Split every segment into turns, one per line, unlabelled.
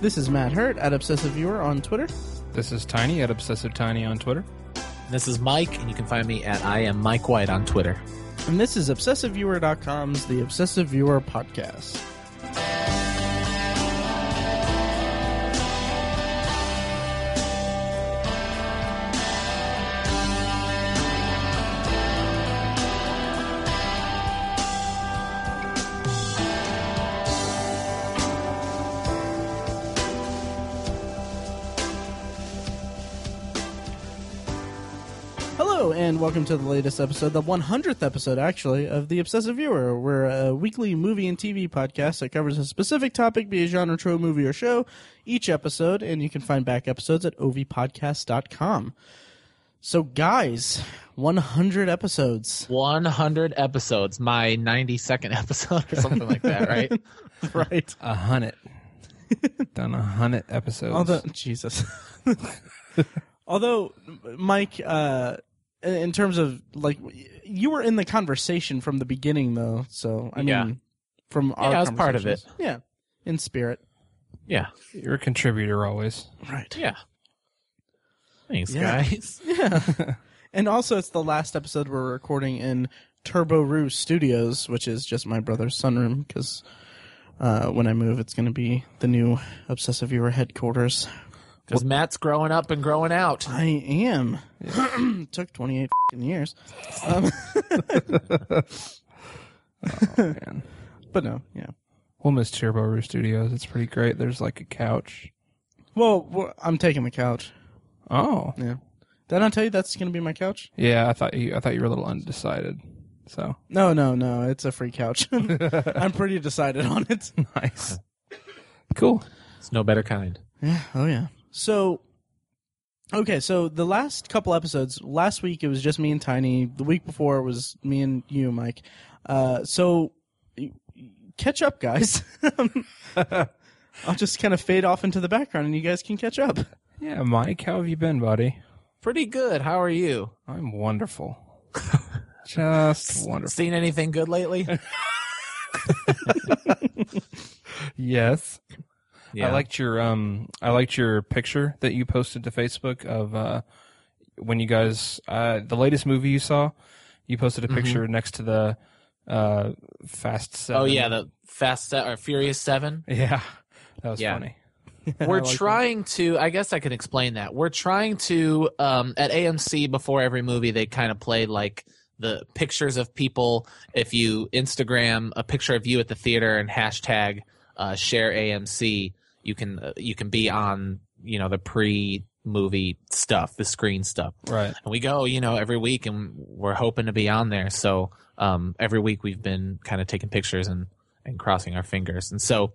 This is Matt Hurt at Obsessive Viewer on Twitter.
This is Tiny at Obsessive Tiny on Twitter.
This is Mike, and you can find me at I am Mike White on Twitter.
And this is ObsessiveViewer.com's The Obsessive Viewer Podcast. Hello, and welcome to the latest episode, the 100th episode, actually, of The Obsessive Viewer. We're a weekly movie and TV podcast that covers a specific topic, be it genre, trope, movie, or show, each episode, and you can find back episodes at ovpodcast.com. So, guys, 100 episodes.
100 episodes, my 92nd episode or something like that, right?
Right.
A hundred. Done a hundred episodes.
Although Jesus, although Mike, uh, in terms of like you were in the conversation from the beginning though, so I mean,
Yeah.
from our
I was part of it.
conversations. yeah, in spirit,
Yeah.
You're a contributor always.
right?
Yeah. Thanks,
Yeah.
guys.
Yeah, and also it's the last episode we're recording in Turbo Roo Studios, which is just my brother's sunroom because. Uh, when I move, it's going to be the new Obsessive Viewer headquarters.
Because Matt's growing up and growing out.
I am. Took 28 fing years. Um,
Man.
but no, yeah.
We'll miss Turbo Roo Studios. It's pretty great. There's like a couch.
Well, we're- I'm taking the couch.
Oh.
Yeah. Did I tell you that's going to be my couch?
Yeah, I thought you I thought you were a little undecided. So
No, no, no. It's a free couch. I'm pretty decided on it.
nice. cool.
It's no better kind.
Yeah. Oh, yeah. So, okay. So the last couple episodes, last week it was just me and Tiny. The week before it was me and you, Mike. Uh, so y- y- catch up, guys. I'll just kind of fade off into the background and you guys can catch up.
Yeah, Mike, how have you been, buddy?
Pretty good. How are you?
I'm wonderful. Just wonderful.
Seen anything good lately?
Yes. I liked your um I liked your picture that you posted to Facebook of uh when you guys uh the latest movie you saw, you posted a picture next to the uh Fast Seven.
Mm-hmm. Oh, yeah. The Fast Set or Furious 7.
yeah. That was
Yeah.
funny.
we're
like that.
trying to i guess i can explain that we're trying to um, at amc before every movie they kind of play like the pictures of people if you instagram a picture of you at the theater and hashtag uh, share amc you can uh, you can be on you know the pre movie stuff the screen stuff
Right.
and we go you know every week and we're hoping to be on there so um, every week we've been kind of taking pictures and and crossing our fingers and so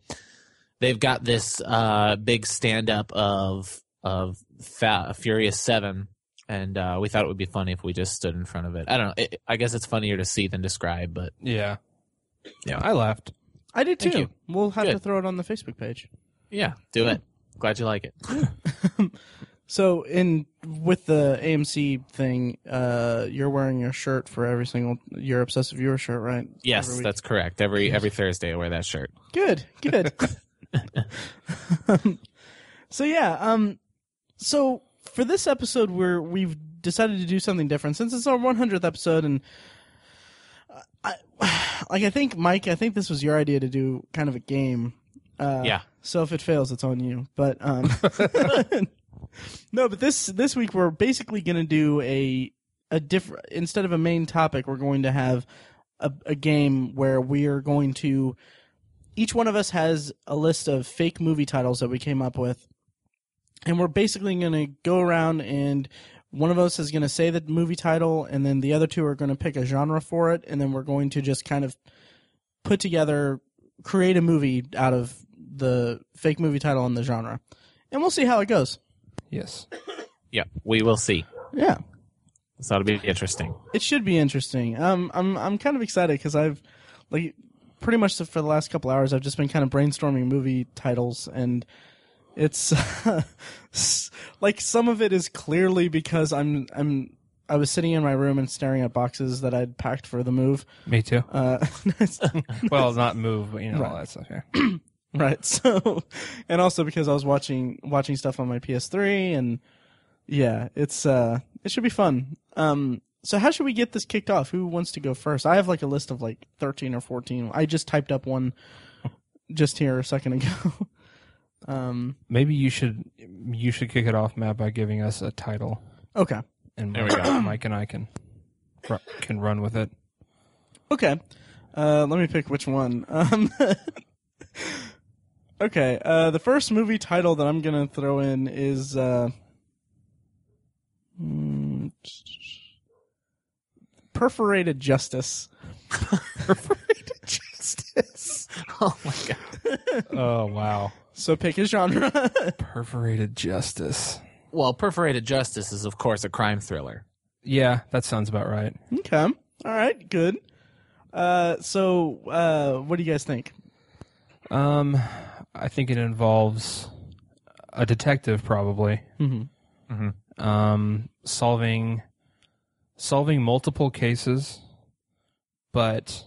they've got this uh, big stand up of of Fa- furious seven and uh, we thought it would be funny if we just stood in front of it i don't know it, i guess it's funnier to see than describe but
Yeah. Yeah. I laughed.
I did
Thank
too.
you.
We'll have to
Good.
throw it on the Facebook page.
yeah do it glad you like it
So in with the AMC thing, uh, you're wearing your shirt for every single your obsessive viewer shirt, right? Every
yes
week.
that's correct every every thursday i wear that shirt
good. Good. Um, so yeah, um, so for this episode, we're we've decided to do something different since it's our 100th episode, and uh, I, like I think Mike, I think this was your idea to do kind of a game. Uh,
yeah
So if it fails, it's on you. But um, no, but this this week we're basically going to do a a different instead of a main topic, we're going to have a, a game where we are going to each one of us has a list of fake movie titles that we came up with, and we're basically going to go around and. One of us is going to say the movie title, and then the other two are going to pick a genre for it, and then we're going to just kind of put together create a movie out of the fake movie title and the genre, and we'll see how it goes.
Yes.
yeah we will see
Yeah,
so it'll be interesting
it should be interesting. Um, I'm I'm kind of excited because I've like pretty much for the last couple hours I've just been kind of brainstorming movie titles and it's s- like some of it is clearly because I'm I'm I was sitting in my room and staring at boxes that I'd packed for the move.
Me too.
Uh,
Well, not move, but you know all
Right.
that stuff. Yeah.
right? So, and also because I was watching watching stuff on my PS3, and yeah, it's uh, it should be fun. Um, so how should we get this kicked off? Who wants to go first? I have like a list of like thirteen or fourteen. I just typed up one just here a second ago. um,
Maybe you should you should kick it off, Matt, by giving us a title,
okay,
and
There
Mike,
we go.
Mike and I can ru- can run with it.
okay. Uh, let me pick which one. Um, okay. Uh, the first movie title that I'm gonna throw in is. Uh, mm, Perforated Justice.
Justice. Oh my god.
Oh wow!
So pick a genre.
Perforated justice.
Well, Perforated Justice is of course a crime thriller.
Yeah, that sounds about right.
okay. All right. Good. Uh, so, uh, what do you guys think?
Um, I think it involves a detective probably
Mhm.
Mhm.
um, solving solving multiple cases, but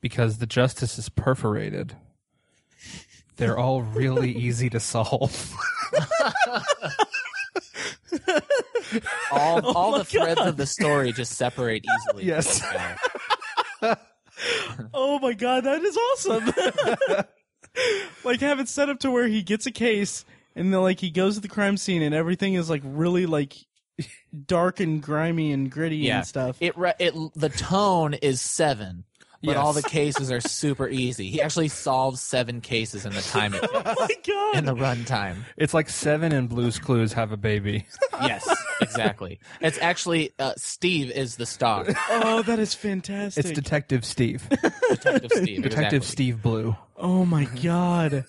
because the justice is perforated, they're all really easy to solve.
All all
my
the threads
God.
of the story just separate easily.
Oh Yes.
Yeah.
Oh my god, that is awesome! like, have it set up to where he gets a case, and then like he goes to the crime scene, and everything is like really like dark and grimy and gritty
Yeah.
and stuff.
It re- it the tone is 7. But
Yes.
all the cases are super easy. He actually solves seven cases in the time it
oh my god!
in the runtime.
It's like Seven and Blue's Clues have a baby.
Yes, exactly. It's actually uh, Steve is the star,
oh, that is
It's
fantastic!
Detective Steve.
Detective Steve.
Detective
exactly.
Steve Blue.
oh my god!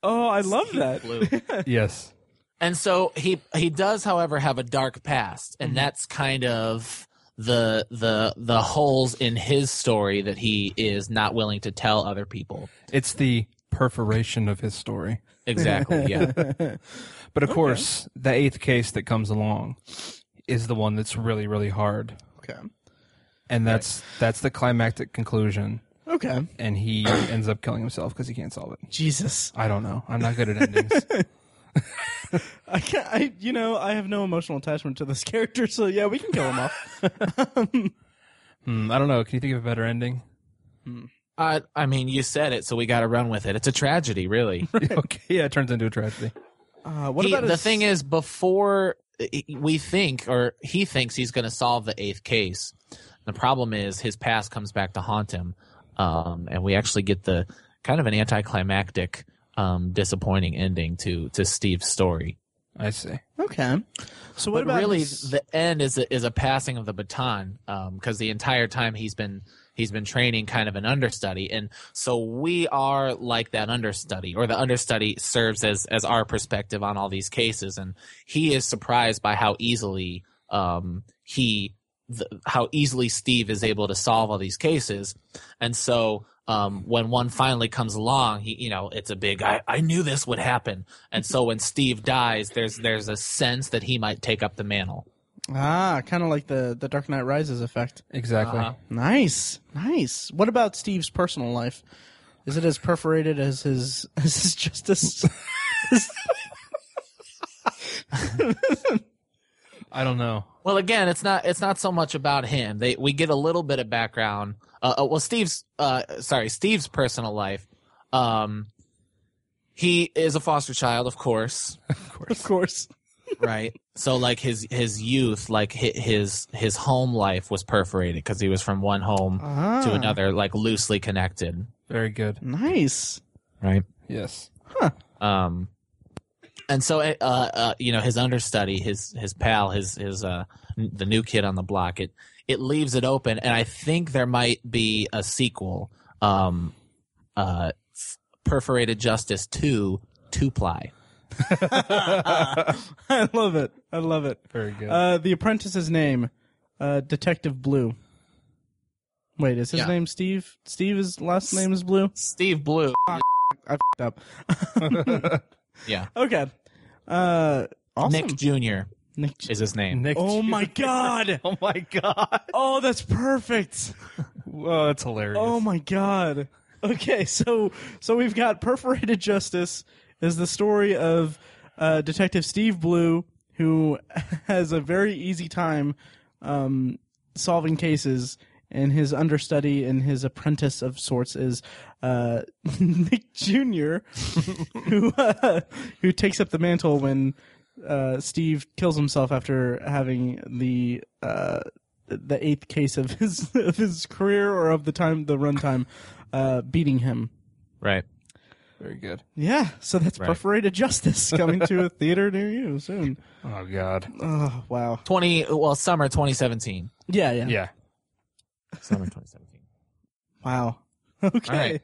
Oh, I love that.
Blue.
Yes.
And so he he does, however, have a dark past, and that's kind of the the the holes in his story that he is not willing to tell other people.
It's the perforation of his story.
Exactly. Yeah.
But of course, the eighth case that comes along is the one that's really, really hard.
Okay.
And that's that's the climactic conclusion.
Okay.
And he ends up killing himself because he can't solve it.
Jesus.
I don't know. I'm not good at endings.
I can't. I you know I have no emotional attachment to this character, so yeah, we can kill him off.
Hmm, I don't know. Can you think of a better ending?
I Uh, I mean, you said it, so we got to run with it. It's a tragedy, really.
okay. Yeah, it turns into a tragedy.
Uh, what
He-
about
the
his-
thing is before we think or he thinks he's going to solve the eighth case the problem is his past comes back to haunt him um, and we actually get the kind of an anticlimactic um, disappointing ending to to steve's story
I see.
Okay. So what
but
about
really
his-
the end is a, is a passing of the baton because the entire time he's been he's been training kind of an understudy and so we are like that understudy or the understudy serves as as our perspective on all these cases and he is surprised by how easily um he th- how easily steve is able to solve all these cases and so um, when one finally comes along, he, you know, it's a big, I, I knew this would happen. And so when Steve dies, there's, there's a sense that he might take up the mantle.
Ah, kind of like the the Dark Knight Rises effect.
Exactly.
Uh-huh.
Nice, nice. What about Steve's personal life? Is it as perforated as his as his justice?
I don't know.
Well, again, it's not, it's not so much about him. They, we get a little bit of background. Uh, uh, well, Steve's, uh, sorry, Steve's personal life. Um, he is a foster child, of course.
Of
of
course.
course.
right so like his his youth like hi- his his home life was perforated because he was from one home
Ah,
to another like loosely connected
Very good.
Nice.
right
Yes.
um and so uh, uh you know his understudy his his pal his his uh n- the new kid on the block it it leaves it open and i think there might be a sequel um uh f- perforated justice 2 two ply
I love it. I love it.
Very good.
Uh, the apprentice's name, uh, Detective Blue. Wait, is his
Yeah.
name Steve? Steve's last name is Blue.
steve blue
I f***ed up.
yeah
Okay. Uh, awesome.
nick junior
Nick J-
is his name
Nick
oh
Jr.
my god.
Oh my god.
Oh, that's perfect.
Whoa, that's hilarious.
Oh my Oh god. Okay, so so we've got Perforated Justice is the story of uh, Detective Steve Blue, who has a very easy time um, solving cases, and his understudy and his apprentice of sorts is uh, Nick Jr., who uh, who takes up the mantle when uh, Steve kills himself after having the. Uh, the eighth case of his of his career or of the time the runtime uh, beating him.
Right.
Very good.
Yeah, so that's
Right.
perforated justice coming to a theater near you soon.
Oh God.
Oh wow.
20 well summer 2017.
Yeah, yeah.
Yeah.
Summer 2017.
Wow. Okay.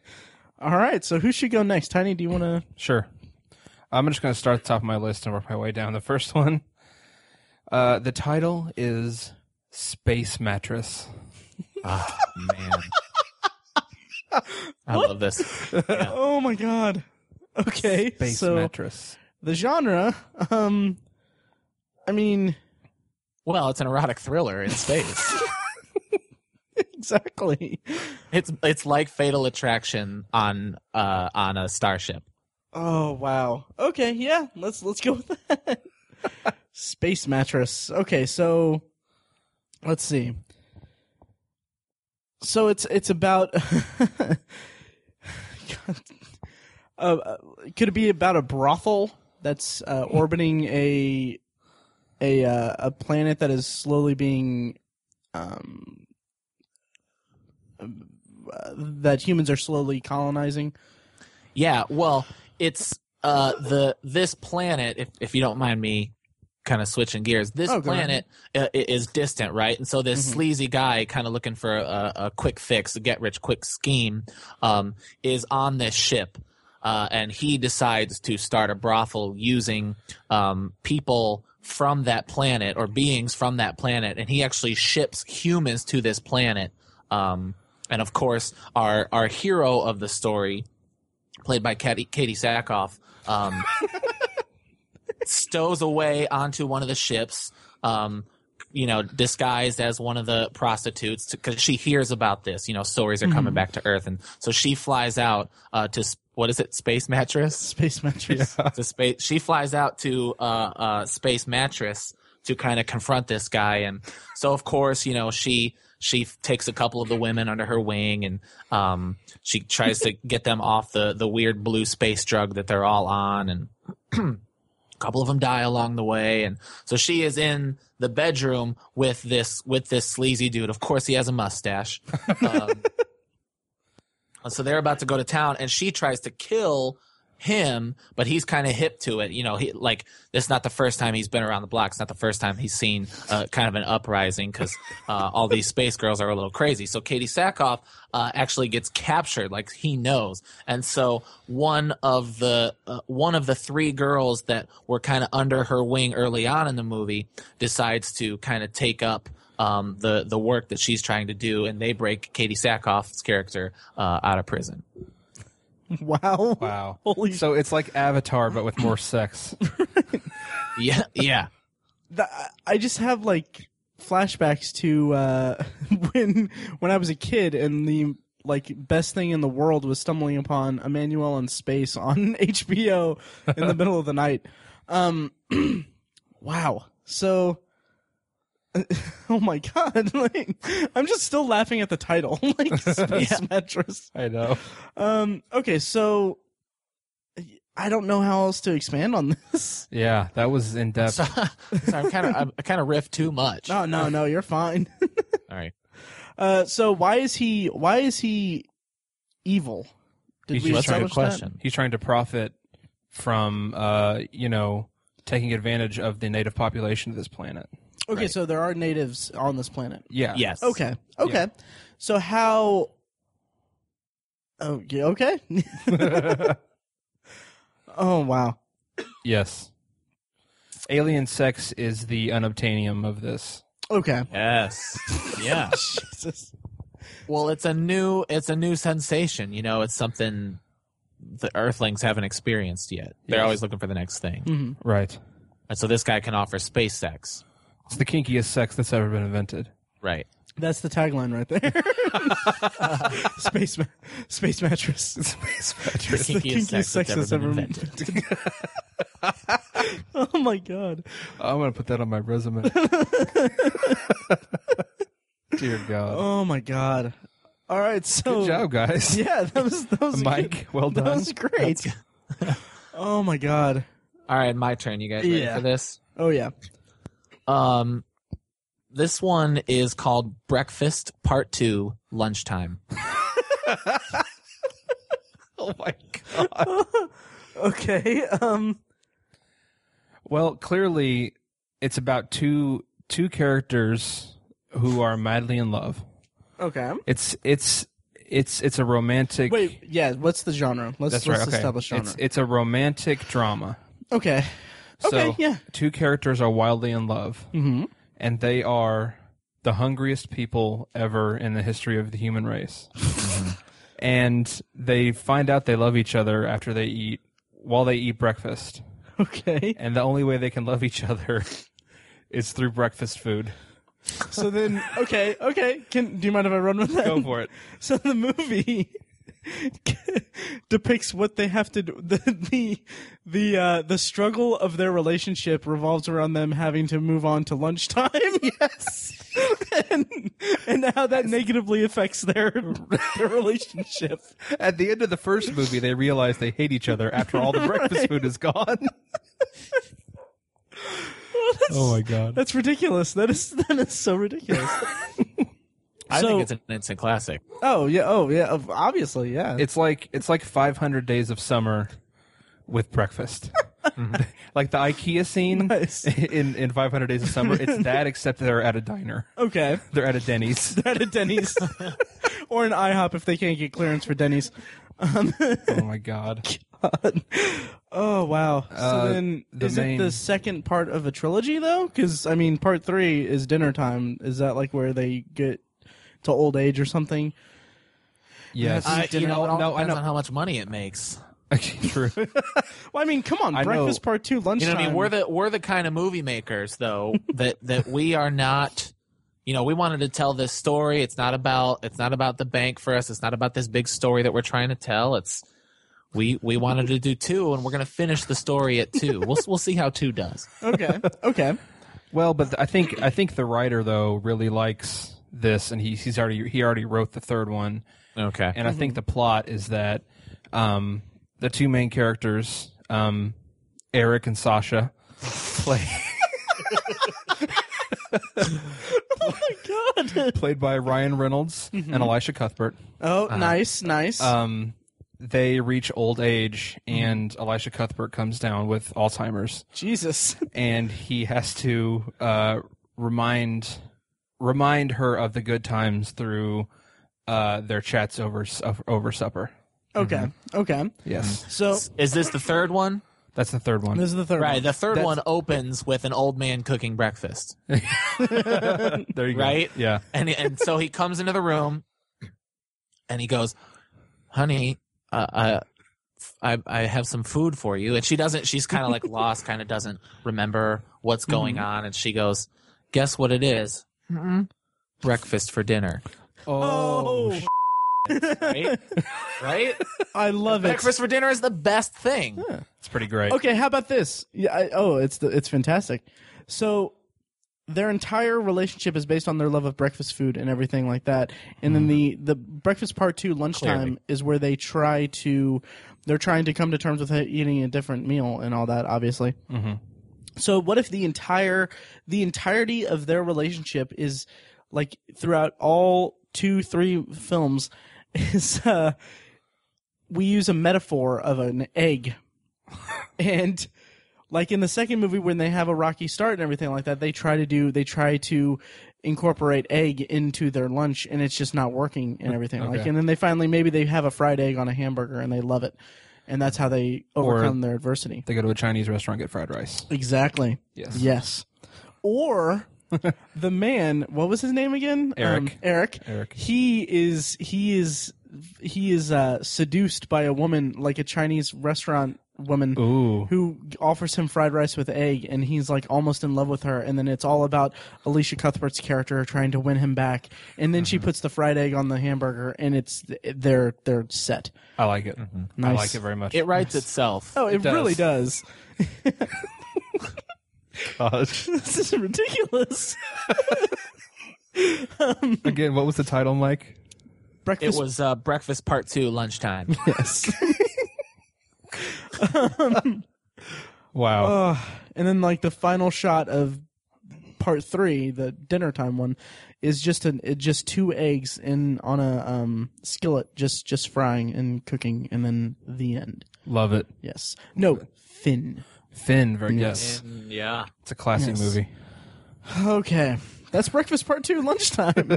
All right.
right.
So who should go next? Tiny, do you want to?
Sure. I'm just going to start at the top of my list and work my way down. The first one, uh, the title is Space Mattress.
Ah, man. I love this.
Oh my God. Okay.
Space
so
Mattress.
the genre. Um, I mean,
Well, it's an erotic thriller in space.
exactly.
it's it's like Fatal Attraction on uh on a starship.
Oh wow. Okay. Yeah. Let's let's go with that. Space mattress. Okay. So let's see. So it's it's about. God. Uh, uh, could it be about a brothel that's uh, orbiting a a uh, a planet that is slowly being um, uh, that humans are slowly colonizing?
Yeah, well, it's uh the this planet if if you don't mind me kind of switching gears. This
Oh, go
planet uh, i- is distant, right? And so this
Mhm.
sleazy guy kind of looking for a, a quick fix, a get rich quick scheme um is on this ship. Uh, and he decides to start a brothel using um, people from that planet or beings from that planet, and he actually ships humans to this planet. Um, and of course, our our hero of the story, played by Katie, Katie Sackhoff, um, stows away onto one of the ships, um, you know, disguised as one of the prostitutes because she hears about this. You know, stories are coming back to Earth, and so she flies out uh, to s- what is it, space mattress?
Space mattress.
to space. She flies out to uh, uh, space mattress to kind of confront this guy, and so of course, you know, she she takes a couple of the women under her wing, and um, she tries to get them off the the weird blue space drug that they're all on, and a couple of them die along the way, and so she is in the bedroom with this with this sleazy dude. Of course, he has a mustache. Um, so they're about to go to town, and she tries to kill him, but he's kind of hip to it. You know, he like this is not the first time he's been around the block. It's not the first time he's seen uh, kind of an uprising because uh, all these space girls are a little crazy. So Katie Sackhoff uh, actually gets captured, like he knows, and so one of the uh, one of the three girls that were kind of under her wing early on in the movie decides to kind of take up. Um, the the work that she's trying to do, and they break Katie Sackhoff's character uh, out of prison.
Wow.
Wow.
Holy
So it's like Avatar, but with more sex.
Yeah, yeah.
Th I just have like flashbacks to uh, when when I was a kid and the like best thing in the world was stumbling upon Emmanuel in Space on HBO in the middle of the night. Um, wow. So. Oh my god! Like, I'm just still laughing at the title, like Space
Yeah.
Mattress.
I know.
Um, okay, so I don't know how else to expand on this.
Yeah, that was in depth.
so, so I'm kind of I kind of riff too much.
No, no, no, you're fine.
All right.
Uh, so why is he why is he evil?
He's just trying to
establish that?
He's trying to profit from, uh, you know, taking advantage of the native population of this planet.
Okay,
Right.
so there are natives on this planet.
Yeah.
Yes.
Okay, okay. So how? Oh, yeah, okay. oh wow.
Yes. Alien sex is the unobtainium of this.
Okay.
Yes. Yeah.
Jesus.
well, it's a new it's a new sensation. You know, it's something the Earthlings haven't experienced yet. They're
Yes.
always looking for the next thing,
Mhm.
Right.
and so this guy can offer space sex.
It's the kinkiest sex that's ever been invented.
Right.
That's the tagline right there. space, ma- space mattress.
Space
The
mattress.
It's the
kinkiest
kinkiest
sex that's ever been invented.
invented. oh my god!
I'm gonna put that on my resume. Dear God.
Oh my god! All right, so
Good job, guys.
yeah, that was that was a
Mike, well
good- that
done.
was great. oh my god!
All right, my turn. You guys ready
Yeah.
for this?
Oh yeah.
Um, this one is called Breakfast Part Two: Lunchtime.
Oh my God.
okay. Um.
Well, clearly, it's about two two characters who are madly in love.
Okay.
It's it's it's it's a romantic.
Wait. Yeah. What's the genre? Let's,
that's
let's
right. Okay,
establish genre.
it's it's a romantic drama.
okay.
so
okay. Yeah.
two characters are wildly in love,
Mm-hmm.
and they are the hungriest people ever in the history of the human race. Mm-hmm. and they find out they love each other after they eat while they eat breakfast,
Okay.
and the only way they can love each other is through breakfast food.
So then, okay, okay. Can do you mind if I run with that?
Go for it.
So the movie depicts what they have to do. The the the uh, the struggle of their relationship revolves around them having to move on to lunchtime. Yes, and and how that negatively affects their their relationship.
At the end of the first movie, they realize they hate each other after all the breakfast food is gone.
oh
god!
That's ridiculous. That is that is so ridiculous.
I
So-
think it's an instant classic.
oh yeah. Oh yeah. of- Obviously, yeah.
It's like it's like 500 days of summer with breakfast. like the IKEA scene
Nice.
in in 500 days of summer. It's that except they're at a diner.
okay.
They're at a Denny's.
at a Denny's or an IHOP if they can't get clearance for Denny's. Um,
Oh my god!
oh wow! So
Uh,
then,
the
is
main-
it the second part of a trilogy though? Because I mean, part three is dinner time. Is that like where they get to old age or something?
Yes.
I- you
you
know,
know,
it
all
depends
depends
on how much money it makes.
True.
Well, I mean, come on,
I know-
breakfast part two,
You
lunchtime.
know what I mean? We're the we're the kind of movie makers though that that we are not you know, we wanted to tell this story. It's not about it's not about the bank for us. It's not about this big story that we're trying to tell. It's we we wanted to do two and we're going to finish the story at two. We'll we'll see how two does.
okay, okay,
Well, but I think I think the writer though really likes this, and he, he's already he already wrote the third one.
Okay.
and I think the plot is that um, the two main characters, um, Eric and Sasha, play,
oh my god!
played by Ryan Reynolds and Elisha Cuthbert,
Oh,
Uh-huh.
nice, nice.
Uh,
um, they reach old age, and Elisha Cuthbert comes down with Alzheimer's,
Jesus.
and he has to uh, remind remind her of the good times through uh, their chats over su- over supper.
Okay,
mm-hmm.
okay.
Yes,
So
Is this the third one?
that's the third one.
this is the third.
Right. The third
That's-
one opens with an old man cooking breakfast.
there you go.
Right?
Yeah.
and and so he comes into the room, and he goes, "Honey, uh, I, I I have some food for you." And she doesn't. She's kind of like lost, kind of doesn't remember what's going on. And she goes, "Guess what it is? Mm-mm. Breakfast for dinner,
Oh,
right? right?
I love it.
Breakfast for dinner is the best thing."
It's pretty great.
Okay, how about this? Yeah. I, oh, it's the, it's fantastic. So their entire relationship is based on their love of breakfast food and everything like that. And then the the breakfast part two lunchtime
Clearly.
is where they try to they're trying to come to terms with eating a different meal and all that. Obviously.
Mhm.
So what if the entire the entirety of their relationship is like throughout all two three films is uh we use a metaphor of an egg and like in the second movie when they have a rocky start and everything like that they try to do they try to incorporate egg into their lunch and it's just not working and everything like
Mm, Okay.
and then they finally maybe they have a fried egg on a hamburger and they love it and that's how they
Or-
overcome their adversity
They go to a Chinese restaurant get fried rice.
exactly
Yes.
Yes. Or the man, what was his name again? Um,
Eric.
Eric.
Eric.
He is he is he is uh, seduced by a woman like a Chinese restaurant woman
Ooh.
who offers him fried rice with egg, and he's like almost in love with her. And then it's all about Alicia Cuthbert's character trying to win him back. And then she
Uh-huh.
puts the fried egg on the hamburger, and it's they're they're set.
I like it. I
Nice.
like it very much.
It writes itself.
Oh, it,
does.
really does.
Gosh.
this is ridiculous.
Again, what was the title, Mike?
Breakfast
It was uh, breakfast part two, lunchtime.
Yes.
Wow.
Ugh. and then like the final shot of part three, the dinner time one, is just an it just two eggs in on a um, skillet, just just frying and cooking, and then the end.
Love it.
Yes. No. Finn.
Finn, very
Yes.
yes.
Mm, yeah.
It's a classy
Yes.
movie.
Okay. That's breakfast part two, lunchtime.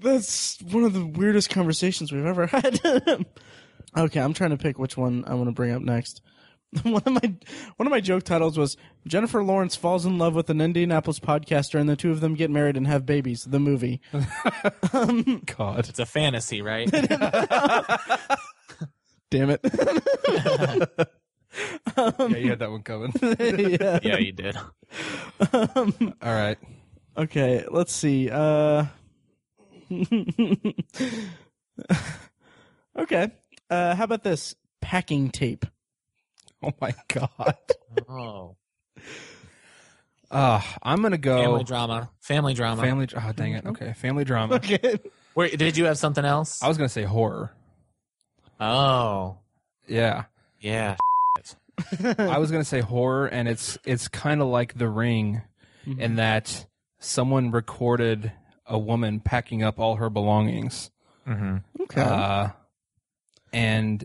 That's one of the weirdest conversations we've ever had. okay, I'm trying to pick which one I want to bring up next. One of my one of my joke titles was Jennifer Lawrence falls in love with an Indianapolis podcaster, and the two of them get married and have babies. The movie.
God.
It's a fantasy, right?
Damn it.
yeah, you had that one coming.
yeah.
yeah, you did.
All right.
Okay, let's see. Uh, okay. Uh, how about this packing tape?
Oh my God.
Oh.
Uh, I'm gonna
Family
go
drama. Family drama.
family. dr- Oh, dang it. Okay, family drama.
Okay.
Where did you have something else?
I was gonna say horror.
Oh.
Yeah,
Yeah.
I was gonna say horror, and it's it's kind of like The Ring, in that someone recorded a woman packing up all her belongings,
Mm-hmm.
Okay.
uh, and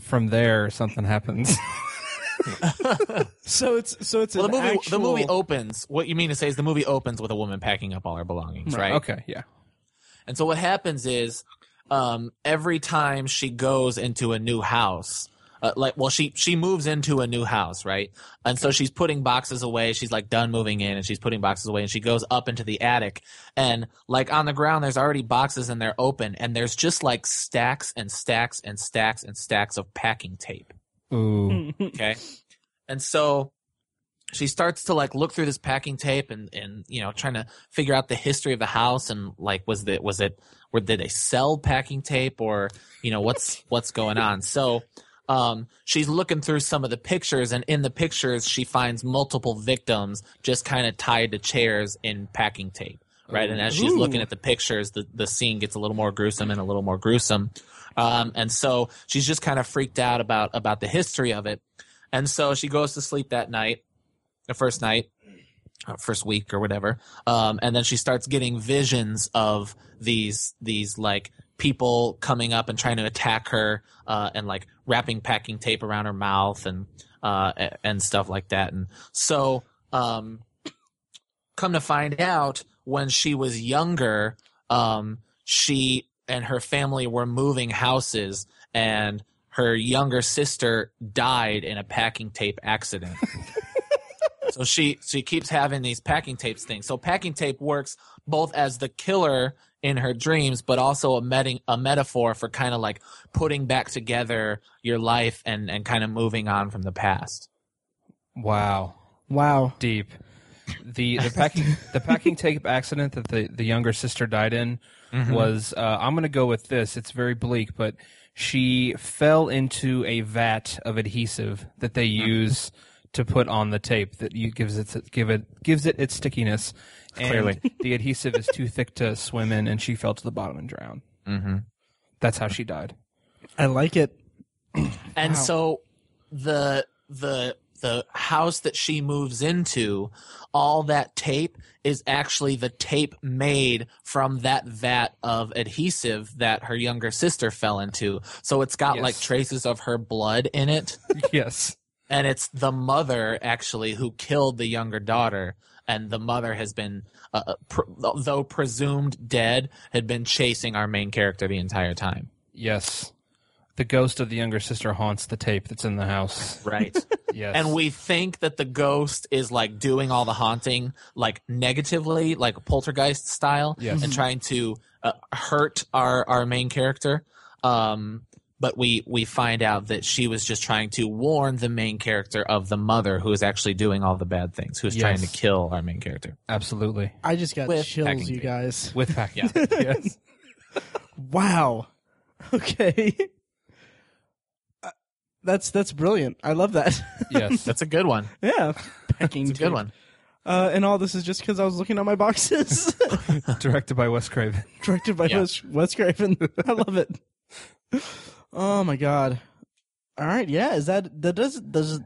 from there something happens.
so it's so it's
Well, the
an
movie
actual-
the movie opens. What you mean to say is the movie opens with a woman packing up all her belongings, right?
okay, yeah,
And so what happens is, um, every time she goes into a new house, uh, like, well, she she moves into a new house, right? And so she's putting boxes away. She's like done moving in, and she's putting boxes away. And she goes up into the attic, and like on the ground, there's already boxes, and they're open, and there's just like stacks and stacks and stacks and stacks of packing tape.
ooh,
Okay. And so she starts to like look through this packing tape and and you know trying to figure out the history of the house and like was it was it where did they sell packing tape or you know what's what's going on so um she's looking through some of the pictures and in the pictures she finds multiple victims just kind of tied to chairs in packing tape right and as she's
Ooh.
looking at the pictures the the scene gets a little more gruesome and a little more gruesome um and so she's just kind of freaked out about about the history of it and so she goes to sleep that night the first night uh, first week or whatever um, and then she starts getting visions of these these like people coming up and trying to attack her uh, and like wrapping packing tape around her mouth and uh, a- and stuff like that and so um, come to find out when she was younger um, she and her family were moving houses and her younger sister died in a packing tape accident so she she keeps having these packing tapes things. So packing tape works both as the killer in her dreams, but also a met- a metaphor for kind of like putting back together your life and and kind of moving on from the past.
wow,
wow.
deep. The the packing the packing tape accident that the the younger sister died in
Mm-hmm.
was uh, I'm going to go with this. It's very bleak, but she fell into a vat of adhesive that they
Mm-hmm.
use to put on the tape that you gives it give it gives it its stickiness. And
Clearly.
the adhesive is too thick to swim in, and she fell to the bottom and drowned.
Mhm.
That's how she died.
I like it.
And
Wow.
so the the the house that she moves into, all that tape is actually the tape made from that vat of adhesive that her younger sister fell into. So it's got
Yes.
like traces of her blood in it.
yes,
and it's the mother actually who killed the younger daughter and the mother has been uh, uh, pr- though presumed dead had been chasing our main character the entire time
yes. The ghost of the younger sister haunts the tape that's in the house.
right
Yes,
and we think that the ghost is like doing all the haunting like negatively like poltergeist style
Yes.
and trying to uh, hurt our our main character um but we we find out that she was just trying to warn the main character of the mother who is actually doing all the bad things, who's trying to
Yes.
kill our main character.
Absolutely.
I just got
With
chills,
packing
you
tape.
guys.
With pack.
Yeah.
yes.
Wow. Okay. Uh, That's that's brilliant. I love that.
Yes.
That's a good one.
yeah, packing
It's a good
tape.
one.
Uh, and all this is just because I was looking at my boxes.
Directed by Wes Craven.
Directed by
Yeah.
Wes, Wes Craven. I love it. Oh my god. All right, yeah. Is that that does does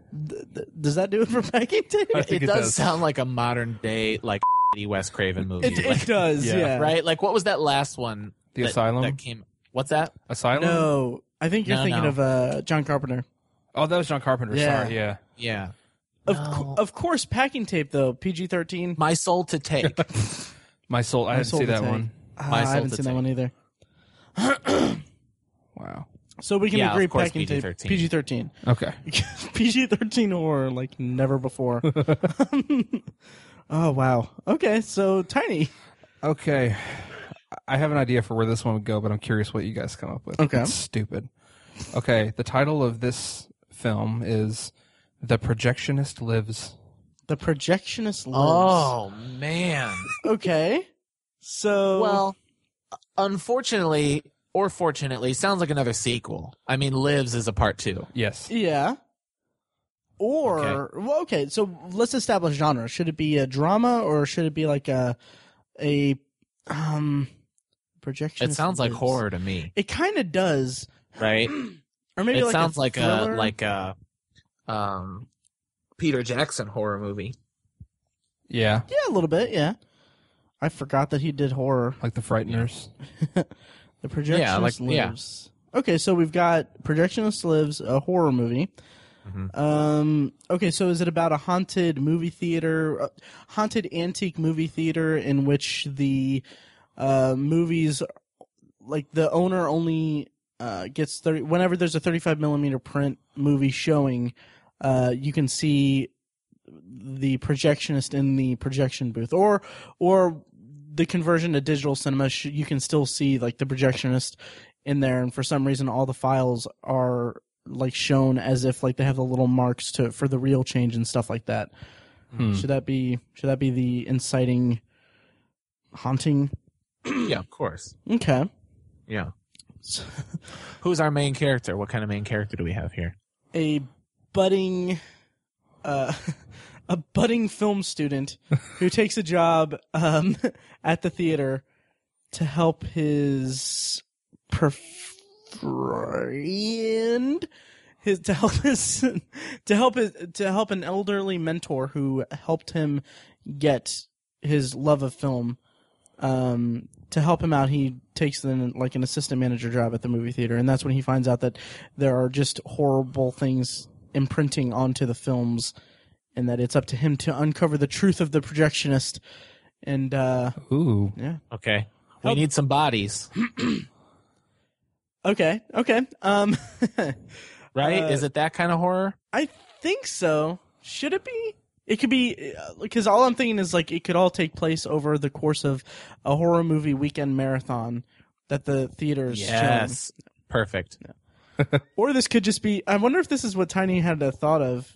does that do it for packing tape?
I
It,
think
It,
it
does,
does.
sound like a modern day like Wes Craven movie,
it
Like,
does. Yeah.
Yeah.
right? Like what was that last one?
The
that-
Asylum.
that came. What's that?
Asylum.
No, Oh. I think you're
No,
thinking
no.
of uh, John Carpenter.
Oh, that was John Carpenter.
Yeah.
Sorry. Yeah.
Yeah,
Of
No.
cou- of course, packing tape though. PG thirteen.
my soul to take.
My soul. I
My
didn't
Soul
see
to
that
Take.
one.
Ah,
My
I
Soul
haven't
to
seen that
Take.
one either.
Wow.
So we can
Yeah, of
agree
course,
packing tape
PG-13.
PG thirteen.
Okay.
PG thirteen horror like never before. oh wow. Okay, so tiny.
Okay. I have an idea for where this one would go, but I'm curious what you guys come up with.
Okay.
It's stupid. Okay. The title of this film is "The Projectionist Lives."
The projectionist lives.
Oh man.
Okay. So
Well, unfortunately or fortunately, sounds like another sequel. I mean, Lives is a part two.
Yes.
yeah. Or well, okay, so let's establish genre. Should it be a drama or should it be like a a um projection?
It sounds like horror to me,
It kind of does.
right?
Or maybe
it
like
sounds
a
like a
thriller?
like a um Peter Jackson horror movie.
Yeah.
yeah, a little bit, yeah. I forgot that he did horror.
Like the Frighteners.
The projectionist
Yeah, like- yeah.
lives. Okay, so we've got projectionist lives, a horror movie.
Mhm.
Um, okay, so is it about a haunted movie theater, uh, haunted antique movie theater in which the uh, movies, like the owner only uh, gets thirty. Whenever there's a thirty-five millimeter print movie showing, uh, you can see the projectionist in the projection booth, or or the conversion to digital cinema. Sh- you can still see like the projectionist in there, and for some reason, all the files are like shown as if like they have the little marks to for the real change and stuff like that.
Hmm.
Should that be should that be the inciting haunting?
yeah, of course.
Okay.
Yeah. Who's our main character? What kind of main character do we have here?
a budding uh, a budding film student who takes a job um, at the theater to help his per- friend his to help his to help his to help an elderly mentor who helped him get his love of film um, to help him out, he takes then like an assistant manager job at the movie theater, and that's when he finds out that there are just horrible things imprinting onto the films, and that it's up to him to uncover the truth of the projectionist. And uh,
Ooh.
Okay. We
Help.
need some bodies,
okay, okay, um,
right?
Uh,
Is it that kind of horror?
I think so. Should it be? It could be because all I'm thinking is like it could all take place over the course of a horror movie weekend marathon that the theaters showing.
Yes. Perfect.
Or this could just be. I wonder if this is what Tiny had a thought of.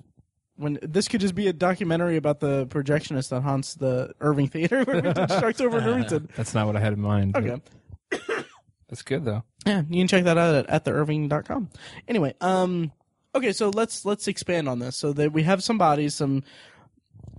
When this could just be a documentary about the projectionist that haunts the Irving Theater, Irvington, Sharktober, in Irvington.
That's not what I had in mind. but
Okay,
That's good though.
yeah, you can check that out at, at theirving.com. Anyway, um, okay, so let's let's expand on this. So that we have some bodies, some.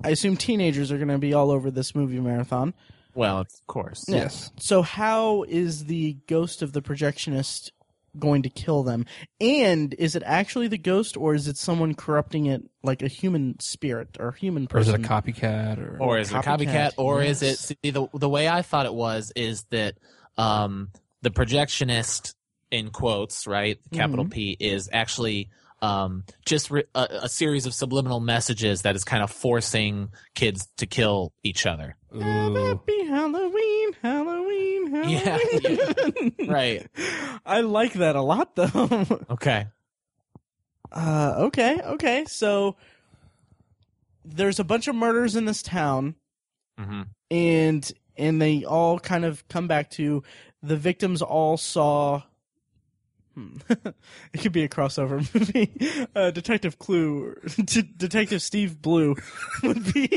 I assume teenagers are going to be all over this movie marathon.
Well, of course.
Yes.
So how is the ghost of the projectionist going to kill them? And is it actually the ghost or is it someone corrupting it like a human spirit or human
Or is it
person?
a copycat or?
or is it a
Copycat,
copycat or
yes.
is it see the the way I thought it was is that um the projectionist in quotes right
Mm-hmm.
capital P is actually um just re- a, a series of subliminal messages that is kind of forcing kids to kill each other
Ooh.
Happy Halloween, Halloween,
Yeah,
Halloween.
right
I like that a lot though.
okay
Uh, okay, okay. So there's a bunch of murders in this town.
hmm
and and they all kind of come back to the victims all saw Hmm. it could be a crossover movie. Uh, Detective Clue, D- Detective Steve Blue, would be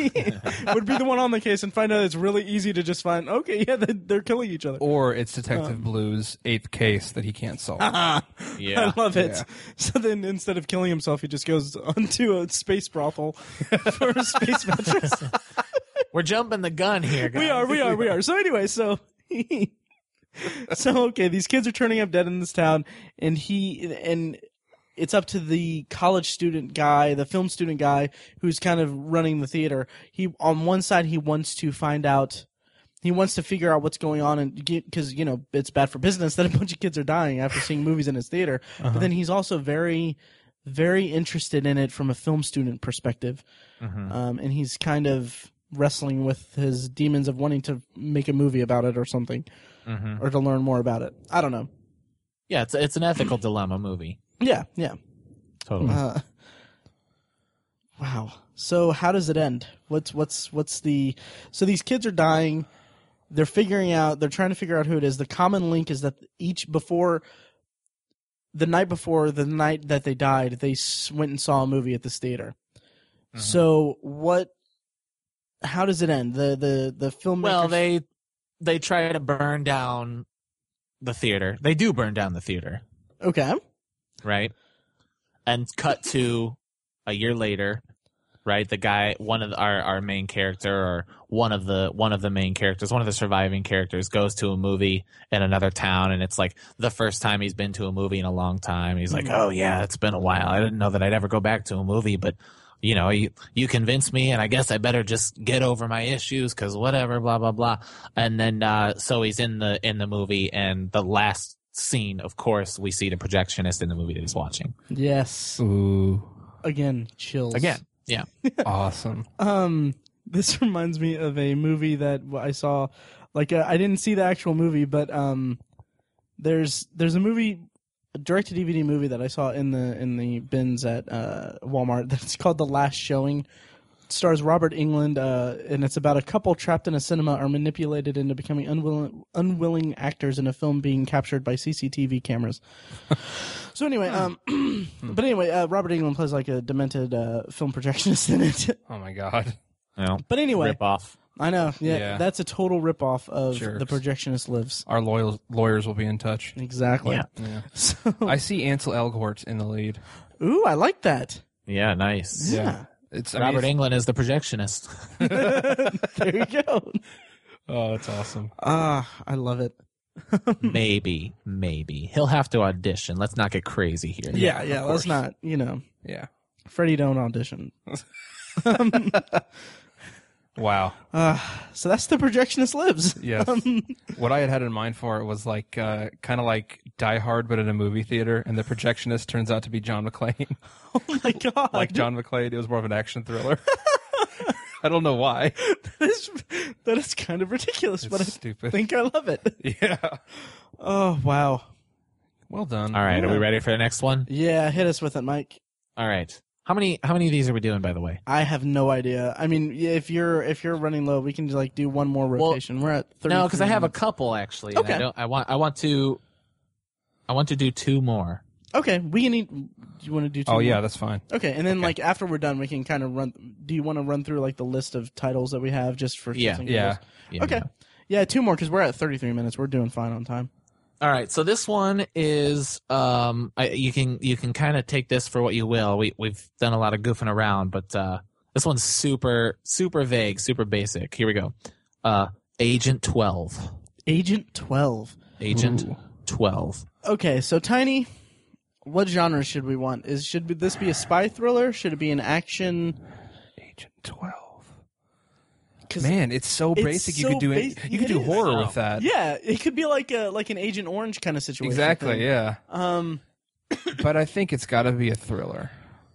would be the one on the case and find out it's really easy to just find. Okay, yeah, they- they're killing each other.
Or it's Detective
Uh.
Blue's eighth case that he can't solve.
Yeah.
I love it.
Yeah.
So then, instead of killing himself, he just goes onto a space brothel for a space mattress.
We're jumping the gun here. Guys.
we are, we are, we are. So anyway, so so okay, these kids are turning up dead in this town, and he and it's up to the college student guy, the film student guy, who's kind of running the theater. He on one side he wants to find out. He wants to figure out what's going on, and because you know it's bad for business that a bunch of kids are dying after seeing movies in his theater. But then he's also very, very interested in it from a film student perspective
Mhm.
um, and he's kind of wrestling with his demons of wanting to make a movie about it or something,
Mm-hmm.
Mhm.
or to learn more about it. I don't know.
Yeah, it's it's an ethical dilemma movie.
Yeah, yeah.
Totally.
Uh, wow. So how does it end? What's what's what's the? So these kids are dying. They're figuring out. They're trying to figure out who it is. The common link is that each before. The night before the night that they died, they s- went and saw a movie at this theater.
Mhm.
So what? How does it end? The the the filmmakers.
Well, they they try to burn down the theater. They do burn down the theater,
okay.
right? And cut to a year later, right? The guy, one of the, our our main character, or one of the one of the main characters, one of the surviving characters, goes to a movie in another town, and it's like the first time he's been to a movie in a long time. He's like,
Mhm.
"Oh yeah, it's been a while. I didn't know that I'd ever go back to a movie, but." You know, you, you convinced me, and I guess I better just get over my issues because whatever, blah blah blah and then uh, so he's in the in the movie and the last scene of course we see the projectionist in the movie that he's watching
Yes.
Ooh,
Again, chills.
again
awesome.
Um, this reminds me of a movie that I saw. Like, uh, I didn't see the actual movie, but um, there's there's a movie, a direct to DVD movie that I saw in the in the bins at uh, Walmart. That's called The Last Showing. It stars Robert England, uh, and it's about a couple trapped in a cinema are manipulated into becoming unwilling unwilling actors in a film being captured by CCTV cameras. so anyway, um, but anyway, uh, Robert England plays like a demented uh, film projectionist in it.
Oh my god.
you know,
But anyway,
rip off
I know. Yeah,
Yeah.
that's a total ripoff of
Jerks.
the projectionist lives.
Our loyal lawyers will be in touch.
Exactly.
Yeah.
Yeah.
So,
I see Ansel Elgort in the lead.
ooh, I like that.
yeah nice
Yeah.
It's I mean,
robert
it's-
england is the projectionist
there you go.
Oh, that's awesome.
Ah, I love it.
maybe maybe he'll have to audition let's not get crazy here
Yeah, yeah.
of
Let's
course.
not, you know,
Yeah.
Freddie don't audition.
Wow.
Uh, so that's the projectionist lives.
Yes.
Um,
what I had had in mind for it was like uh, kind of like Die Hard, but in a movie theater, and the projectionist turns out to be John McClane.
Oh my god.
like John McClane, it was more of an action thriller. I don't know why.
that, is, that is kind of ridiculous,
It's
but I
stupid.
think I love it.
Yeah.
Oh wow.
Well done.
all right are we ready for the next one
Yeah, hit us with it, Mike.
all right how many how many of these are we doing by the way
I have no idea. I mean, yeah, if you're if you're running low, we can like do one more
Well,
rotation. We're at thirty.
no because i have a couple actually and
Okay.
i don't i want i want to i want to do two more
Okay, we can. Eat, do you want to do? Two
Oh
more?
yeah, that's fine.
Okay, and then like after we're done, we can kind of run. Do you want to run through like the list of titles that we have just for?
Yeah,
shits and
Yeah.
giggles? Okay. Yeah, two more because we're at thirty-three minutes. We're doing fine on time.
All right, so this one is um, I, you can you can kind of take this for what you will. We we've done a lot of goofing around, but uh, this one's super super vague, super basic. Here we go. Uh, Agent Twelve.
Agent Twelve.
Agent
Ooh.
Twelve.
Okay, so Tiny, what genre should we want? Is should be, this be a spy thriller? Should it be an action?
Agent Twelve.
'Cause
Man, it's so
It's
basic. you
so
could do any-
bas-
you could
it
do
is.
horror
Wow.
with that.
Yeah, it could be like a like an Agent Orange kind of situation.
Exactly. Yeah.
Um,
But I think it's got to be a thriller,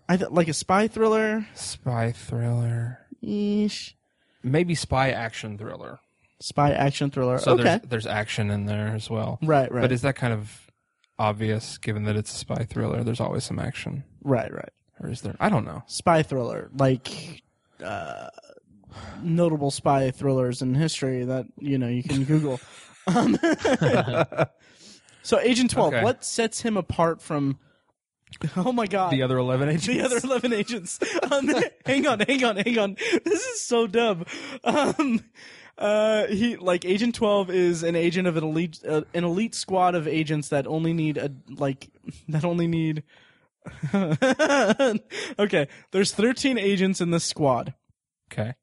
I th- like a spy thriller.
spy thriller,
Ish.
maybe spy action thriller.
Spy action thriller.
So
okay.
there's there's action in there as well.
Right, right.
But is that kind of obvious given that it's a spy thriller? There's always some action,
right, right.
or is there? I don't know.
Spy thriller. Like uh, notable spy thrillers in history that, you know, you can Google. Um, So Agent Twelve,
Okay.
what sets him apart from? Oh my God!
The other eleven agents.
the other 11 agents. Um, hang on, hang on, hang on. This is so dumb. Um, uh, he like Agent 12 is an agent of an elite uh, an elite squad of agents that only need a like that only need Okay, there's 13 agents in this squad
Okay.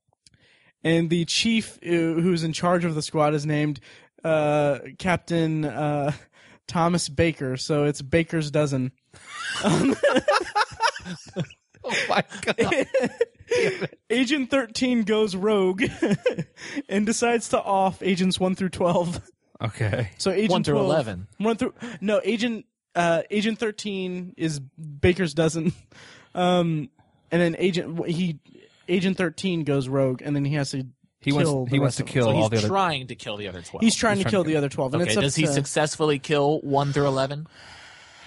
and the chief uh, who's in charge of the squad is named uh, Captain uh, Thomas Baker, so it's Baker's dozen.
Oh my god!
Agent 13 goes rogue and decides to off agents 1 through 12.
Okay.
So agent
One through
12
11.
One through No, agent uh agent 13 is Baker's dozen. Um and then agent he agent 13 goes rogue and then he has to
He
Kill
wants.
the
He wants
rest
to
of them.
kill
So
all the
he's
other.
trying to kill the other twelve.
He's trying
he's
to
trying
kill
to
the other 12 and
okay,
it's up
does he
to-
successfully kill one through eleven?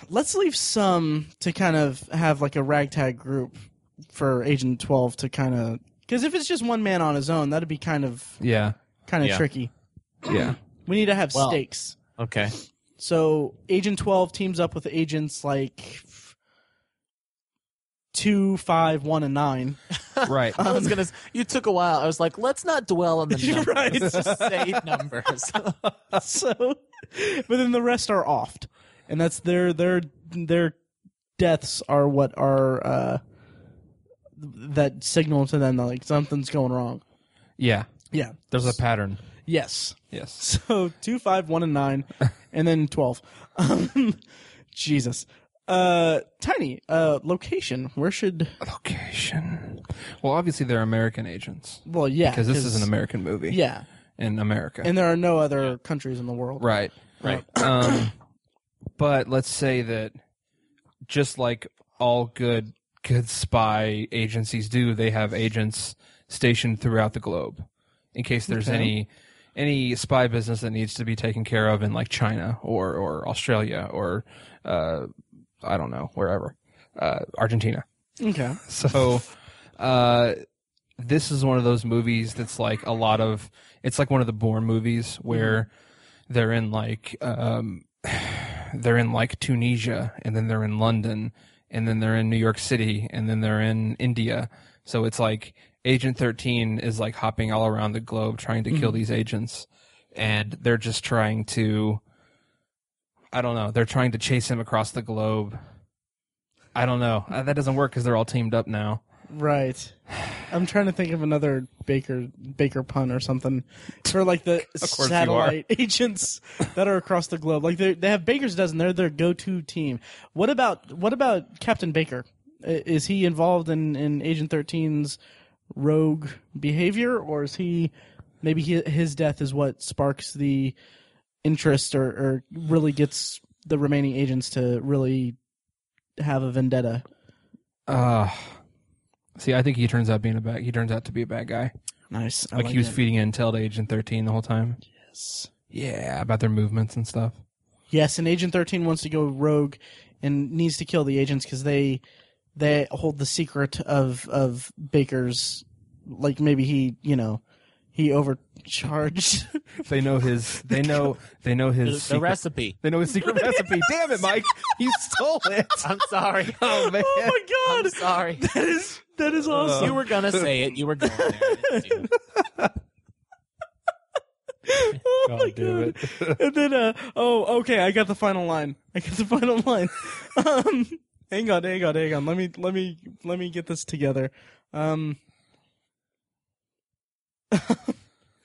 Let's leave some to kind of have like a ragtag group for agent 12 to kind of cuz if it's just one man on his own that'd be kind of
yeah.
kind of
Yeah.
tricky.
Yeah.
We need to have
Well,
stakes.
Okay.
So Agent 12 teams up with agents like 2, 5, 1, and 9.
right.
I was gonna. You took a while. I was like, let's not dwell on the
You're
numbers.
right.
Let's just say numbers.
so, but then the rest are offed. And that's their, their, their deaths are what are, uh, that signal to them that like something's going wrong.
Yeah.
Yeah.
There's a pattern.
Yes.
Yes.
So two, five, one, and nine, and then twelve. Um, Jesus. Uh, tiny. Uh, location. Where should?
Location. Well, obviously they're American agents
Well, yeah.
because this is an American movie.
Yeah.
In America.
and there are no other countries in the world. Uh,
Right.
Right.
Um, but let's say that just like all good good spy agencies do, they have agents stationed throughout the globe in case there's
Okay.
any any spy business that needs to be taken care of in like China or or Australia or uh, I don't know wherever uh, Argentina.
Okay.
So uh, this is one of those movies that's like a lot of it's like one of the Bourne movies where they're in like um, they're in like Tunisia and then they're in London and then they're in New York City and then they're in India. So it's like Agent 13 is like hopping all around the globe trying to kill these agents and they're just trying to I don't know, they're trying to chase him across the globe. I don't know. Uh, That doesn't work because they're all teamed up now.
Right. I'm trying to think of another Baker Baker pun or something for like the
course you are.
satellite agents that are across the globe. Like they they have Baker's dozen. They're their go-to team. What about what about Captain Baker? I- Is he involved in in Agent 13's rogue behavior, or is he maybe he, his death is what sparks the interest or, or really gets the remaining agents to really have a vendetta?
Uh see, I think he turns out being a bad. He turns out to be a bad guy.
Nice. I
Like,
like
he was
it.
feeding intel to Agent Thirteen the whole time.
Yes.
Yeah, about their movements and stuff.
Yes, and Agent Thirteen wants to go rogue and needs to kill the agents because they they hold the secret of of Baker's. Like maybe he, you know, he overcharged.
They know his. They know. They know
The,
his.
the
secret,
recipe.
They know his secret recipe. Damn it, Mike! You stole it.
I'm sorry.
Oh man.
my
I'm sorry.
that is that is awesome.
You were gonna say it. You were going there.
oh my
God damn
god! and then, uh, oh, okay, I got the final line. I got the final line. um, hang on, hang on, hang on. Let me, let me, let me get this together. Um,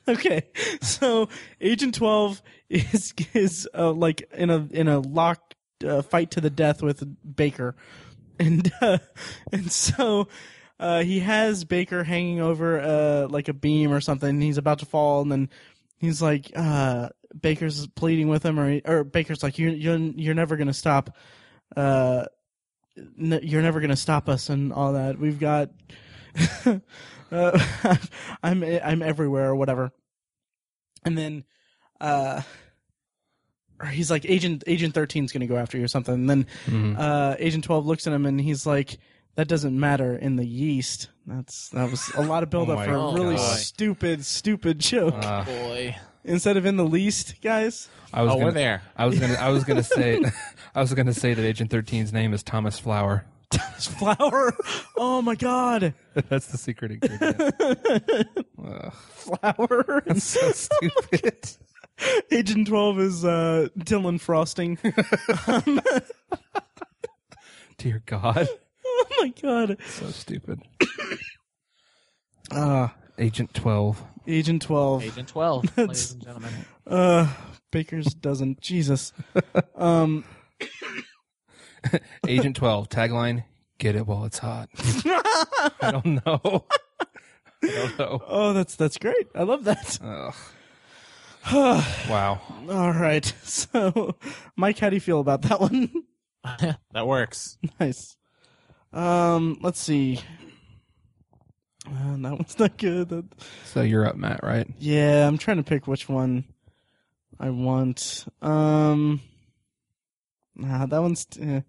okay, so Agent Twelve is is uh, like in a in a locked uh, fight to the death with Baker, and uh, and so. Uh, he has Baker hanging over uh, like a beam or something. And he's about to fall, and then he's like, uh, Baker's pleading with him, or he- or Baker's like, you're you're, you're never gonna stop, uh, n- you're never gonna stop us and all that. We've got, uh, I'm I'm everywhere or whatever, and then, uh. Or he's like agent agent 13's going to go after you or something and then
Mm-hmm.
uh, agent 12 looks at him and he's like that doesn't matter in the yeast that's that was a lot of build
Oh
up
my
for a really
God.
stupid stupid joke
Uh,
Boy,
instead of in the least, guys.
I was
oh,
gonna,
we're there.
I was gonna. I was gonna say. I was gonna say that Agent 13's name is Thomas Flower.
It's flour. Oh my god,
That's the secret ingredient.
flour.
so stupid.
Agent Twelve is uh, Dylan Frosting.
Dear God,
oh my god,
so stupid.
uh,
Ah, Agent 12.
Agent Twelve.
Agent 12, ladies and gentlemen.
Uh, Baker's dozen. Jesus. Um,
Agent 12 tagline: Get it while it's hot. I don't know. I don't know.
oh, that's that's great. I love that.
Ugh. wow.
All right. So, Mike, how do you feel about that one?
that works.
nice. Um, let's see. Uh, that one's not good. That-
So you're up, Matt, right?
Yeah, I'm trying to pick which one I want. Um, nah, that one's eh.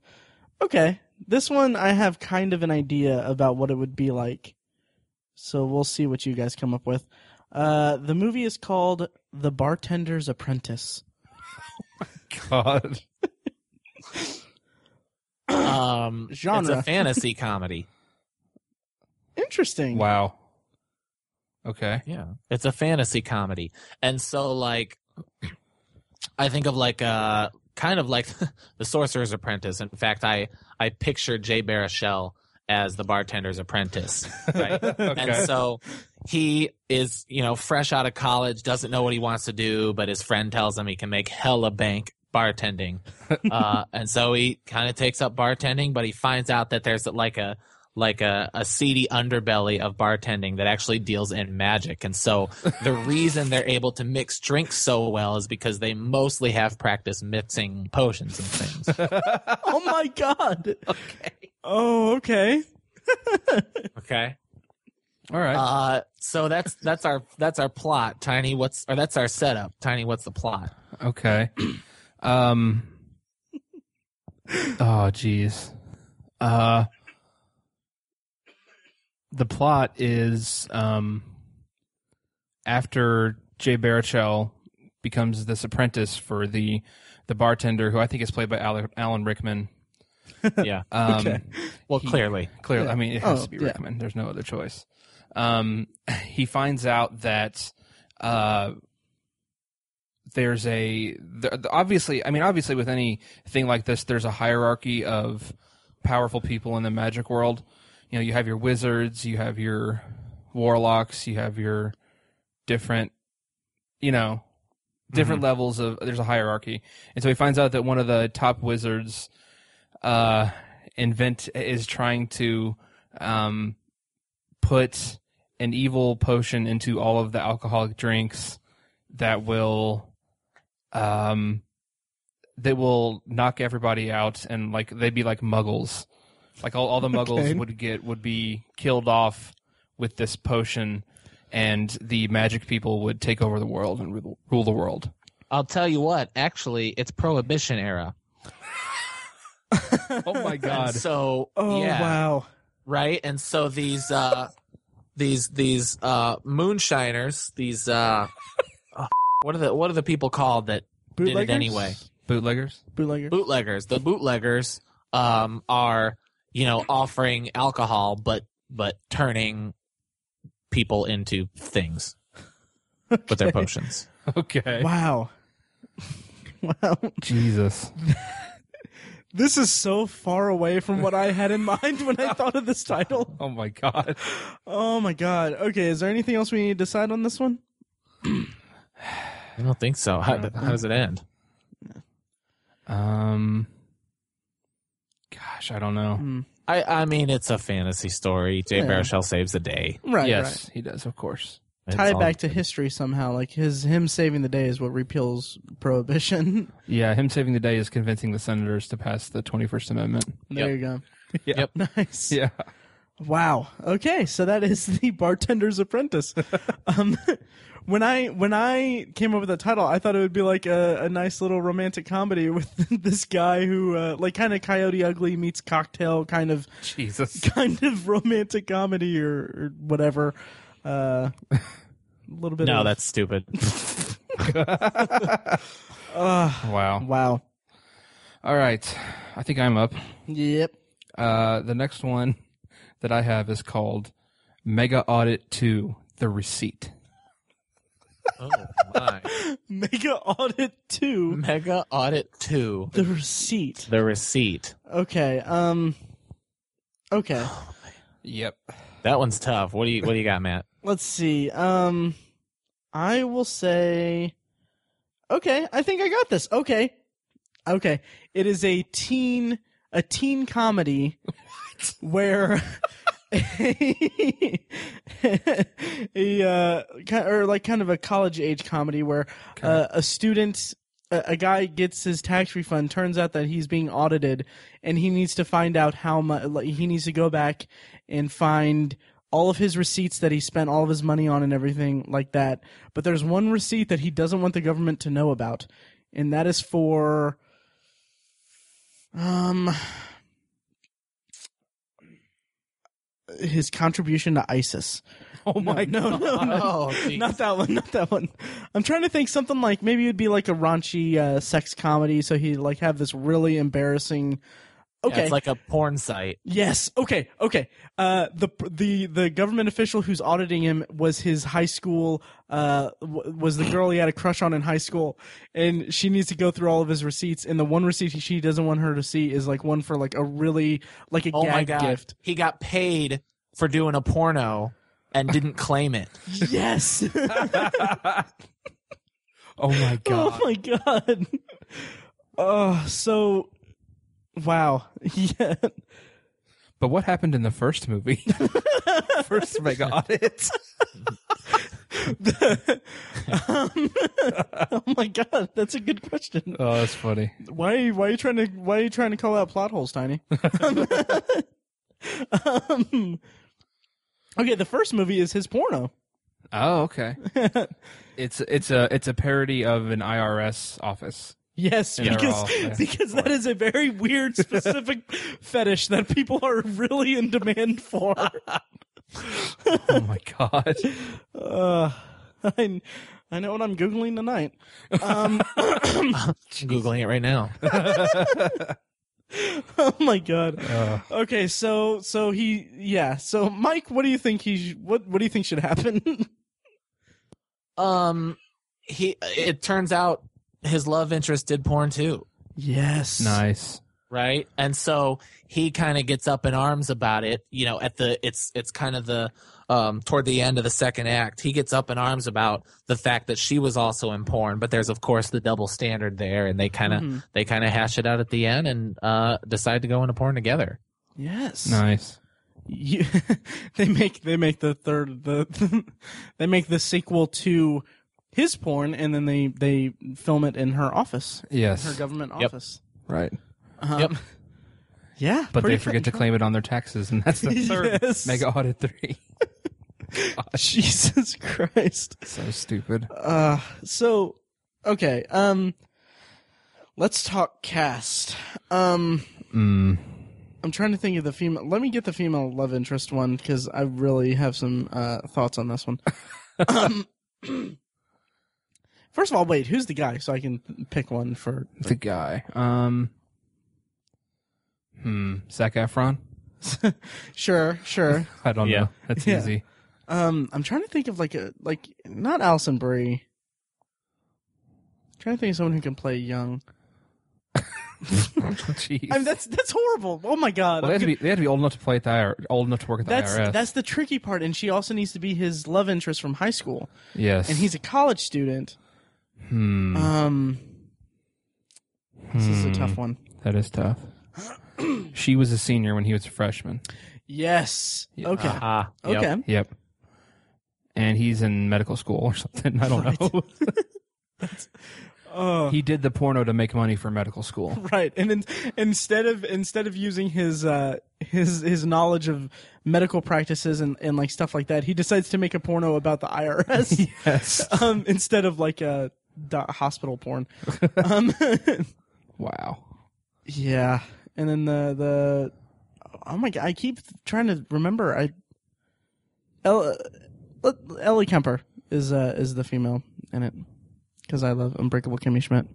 okay. This one I have kind of an idea about what it would be like, so we'll see what you guys come up with. Uh, the movie is called The Bartender's Apprentice.
God.
Um, It's
Genre.
a fantasy comedy.
Interesting.
Wow. Okay.
Yeah. It's a fantasy comedy. And so like I think of like uh kind of like the Sorcerer's Apprentice. In fact, I I picture Jay Baruchel as the bartender's apprentice. Right.
Okay.
And so he is, you know, fresh out of college, doesn't know what he wants to do, but his friend tells him he can make hella bank bartending. uh, and so he kind of takes up bartending, but he finds out that there's like a like a, a seedy underbelly of bartending that actually deals in magic. And so the reason they're able to mix drinks so well is because they mostly have practice mixing potions and things.
oh my god. okay. Oh, okay.
Okay.
All right.
Uh, so that's that's our that's our plot, Tiny. What's or that's our setup, Tiny. What's the plot?
Okay. Um. Oh, jeez. Uh. The plot is um. After Jay Baruchel becomes this apprentice for the the bartender, who I think is played by Ale- Alan Rickman.
Yeah.
Um,
Okay.
Well,
He-
clearly,
Clearly,
Yeah.
I mean, it has
Oh,
to be
yeah.
Rickman. There's no other choice. Um, he finds out that uh, there's a th- th- obviously. I mean, obviously, with any thing like this, there's a hierarchy of powerful people in the magic world. You know, you have your wizards, you have your warlocks, you have your different, you know, different levels of. There's a hierarchy, and so he finds out that one of the top wizards uh, invent is trying to um, put an evil potion into all of the alcoholic drinks that will um that will knock everybody out and like they'd be like muggles like all, all the muggles
Okay.
would get would be killed off with this potion and the magic people would take over the world and rule rule the world
I'll tell you what. Actually, it's Prohibition era.
oh my
And so,
Oh
yeah,
wow.
right. And so these uh, these these uh, moonshiners, these uh, oh, what are the what are the people called that
Bootleggers?
anyway.
bootleggers
Bootlegger.
bootleggers? The bootleggers um, are you know offering alcohol, but but turning people into things with their potions.
okay
Wow. wow.
jesus
This is so far away from what I had in mind when I thought of this title.
oh my god
Oh my god. Okay, is there anything else we need to decide on this one?
I don't think so. How, how does it end?
Um, gosh, I don't know.
Mm.
I, I mean, it's a fantasy story. Jay
Yeah.
Baruchel saves the day.
Right.
yes, he does, of course.
right.
It's
Tie it
all-
back to history somehow. Like his him saving the day is what repeals prohibition.
Yeah, him saving the day is convincing the senators to pass the 21st Amendment.
there you go.
Yeah.
Nice.
Yeah.
Wow. Okay, so that is the bartender's apprentice. um, when I when I came up with that title, I thought it would be like a, a nice little romantic comedy with this guy who uh, like kind of Coyote Ugly meets Cocktail kind of
Jesus.
kind of romantic comedy or, or whatever. Uh, a little bit.
No,
of,
that's stupid.
Ugh.
wow.
wow.
All right. I think I'm up.
Yep.
Uh, the next one that I have is called Mega Audit 2 The Receipt.
Oh my.
Mega Audit 2
Mega Audit 2.
The Receipt.
The receipt.
Okay. Um Okay.
Yep.
That one's tough. What do you what do you got, Matt?
Let's see. Um I will say Okay, I think I got this. Okay. Okay. It is a teen a teen comedy where a, uh, ki- or like kind of a college age comedy where uh, a student a, a guy gets his tax refund turns out that he's being audited and he needs to find out how much like, he needs to go back and find all of his receipts that he spent all of his money on and everything like that but there's one receipt that he doesn't want the government to know about and that is for um his contribution to ISIS.
Oh
No, no, no, no.
Oh, geez.
Not that one. Not that one. I'm trying to think something like maybe it'd be like a raunchy uh, sex comedy. So he would like have this really embarrassing.
Yeah,
Okay.
it's like a porn site.
yes. Okay. Okay. Uh, the the the government official who's auditing him was his high school. Uh, w- was the girl he had a crush on in high school, and she needs to go through all of his receipts. And the one receipt she doesn't want her to see is like one for like a really like a
Oh
gag
my god.
gift.
He got paid for doing a porno and didn't claim it.
Yes.
oh my god.
Oh my god. Oh, so wow. Yeah.
But what happened in the first movie? first Mega Audit.
Um, oh my god, that's a good question.
Oh, that's funny.
Why why are you trying to why are you trying to call out plot holes, Tiny? um, okay, the first movie is his porno.
Oh, okay. it's it's a it's a parody of an IRS office.
Yes,
And they're
because
all- yeah,
because that is a very weird specific fetish that people are really in demand for.
Oh my god.
Uh, I, I know what I'm googling tonight. Um,
Googling it right now.
oh my god.
Uh,
Okay, so so he yeah. So Mike, what do you think he sh- what what do you think should happen?
Um he it turns out his love interest did porn too.
yes.
nice.
right and so he kind of gets up in arms about it you know at the it's it's kind of the um toward the end of the second act he gets up in arms about the fact that she was also in porn but there's of course the double standard there and they kind of
Mhm.
they kind of hash it out at the end and uh decide to go into porn together
Yes.
Nice.
You, they make they make the third the they make the sequel to his porn and then they they film it in her office, her
Yes.
government
Yep.
office.
Right.
Um,
Yep.
Yeah,
But
pretty
they forget to claim it on their taxes, and that's the third
Yes.
Mega Audit 3.
Jesus Christ.
So stupid.
Uh, so okay. Um, let's talk cast. Um,
Mm.
I'm trying to think of the female. Let me get the female love interest one because I really have some uh, thoughts on this one. um, first of all, wait, who's the guy so I can pick one for?
The guy. Um. Hmm. Zach Efron?
Sure, sure.
I don't
Yeah.
know. That's
Yeah.
easy.
Um, I'm trying to think of like a like not Allison Brie. trying to think of someone who can play young.
Jeez.
I mean, that's that's horrible. Oh my god.
well,
I'm
they had, to be, they had to be old enough to play at the IR, old enough to work at the
That's
IRS.
that's the tricky part, and she also needs to be his love interest from high school,
yes.
and he's a college student.
Hmm.
Um, this is a
Hmm.
tough one.
That is tough. she was a senior when he was a freshman.
Yes.
Yeah. uh,
Okay.
Aha. Ah, Yep.
okay.
Yep. And he's in medical school or something. I don't know.
Oh,
he did the porno to make money for medical school.
right. And then instead of instead of using his uh his his knowledge of medical practices and and like stuff like that, he decides to make a porno about the IRS.
Yes.
um, instead of like a do- hospital porn. Um.
wow.
Yeah, and then the the oh my god, I keep trying to remember. I uh, El, Ellie Kemper is uh, is the female in it. because I love Unbreakable Kimmy Schmidt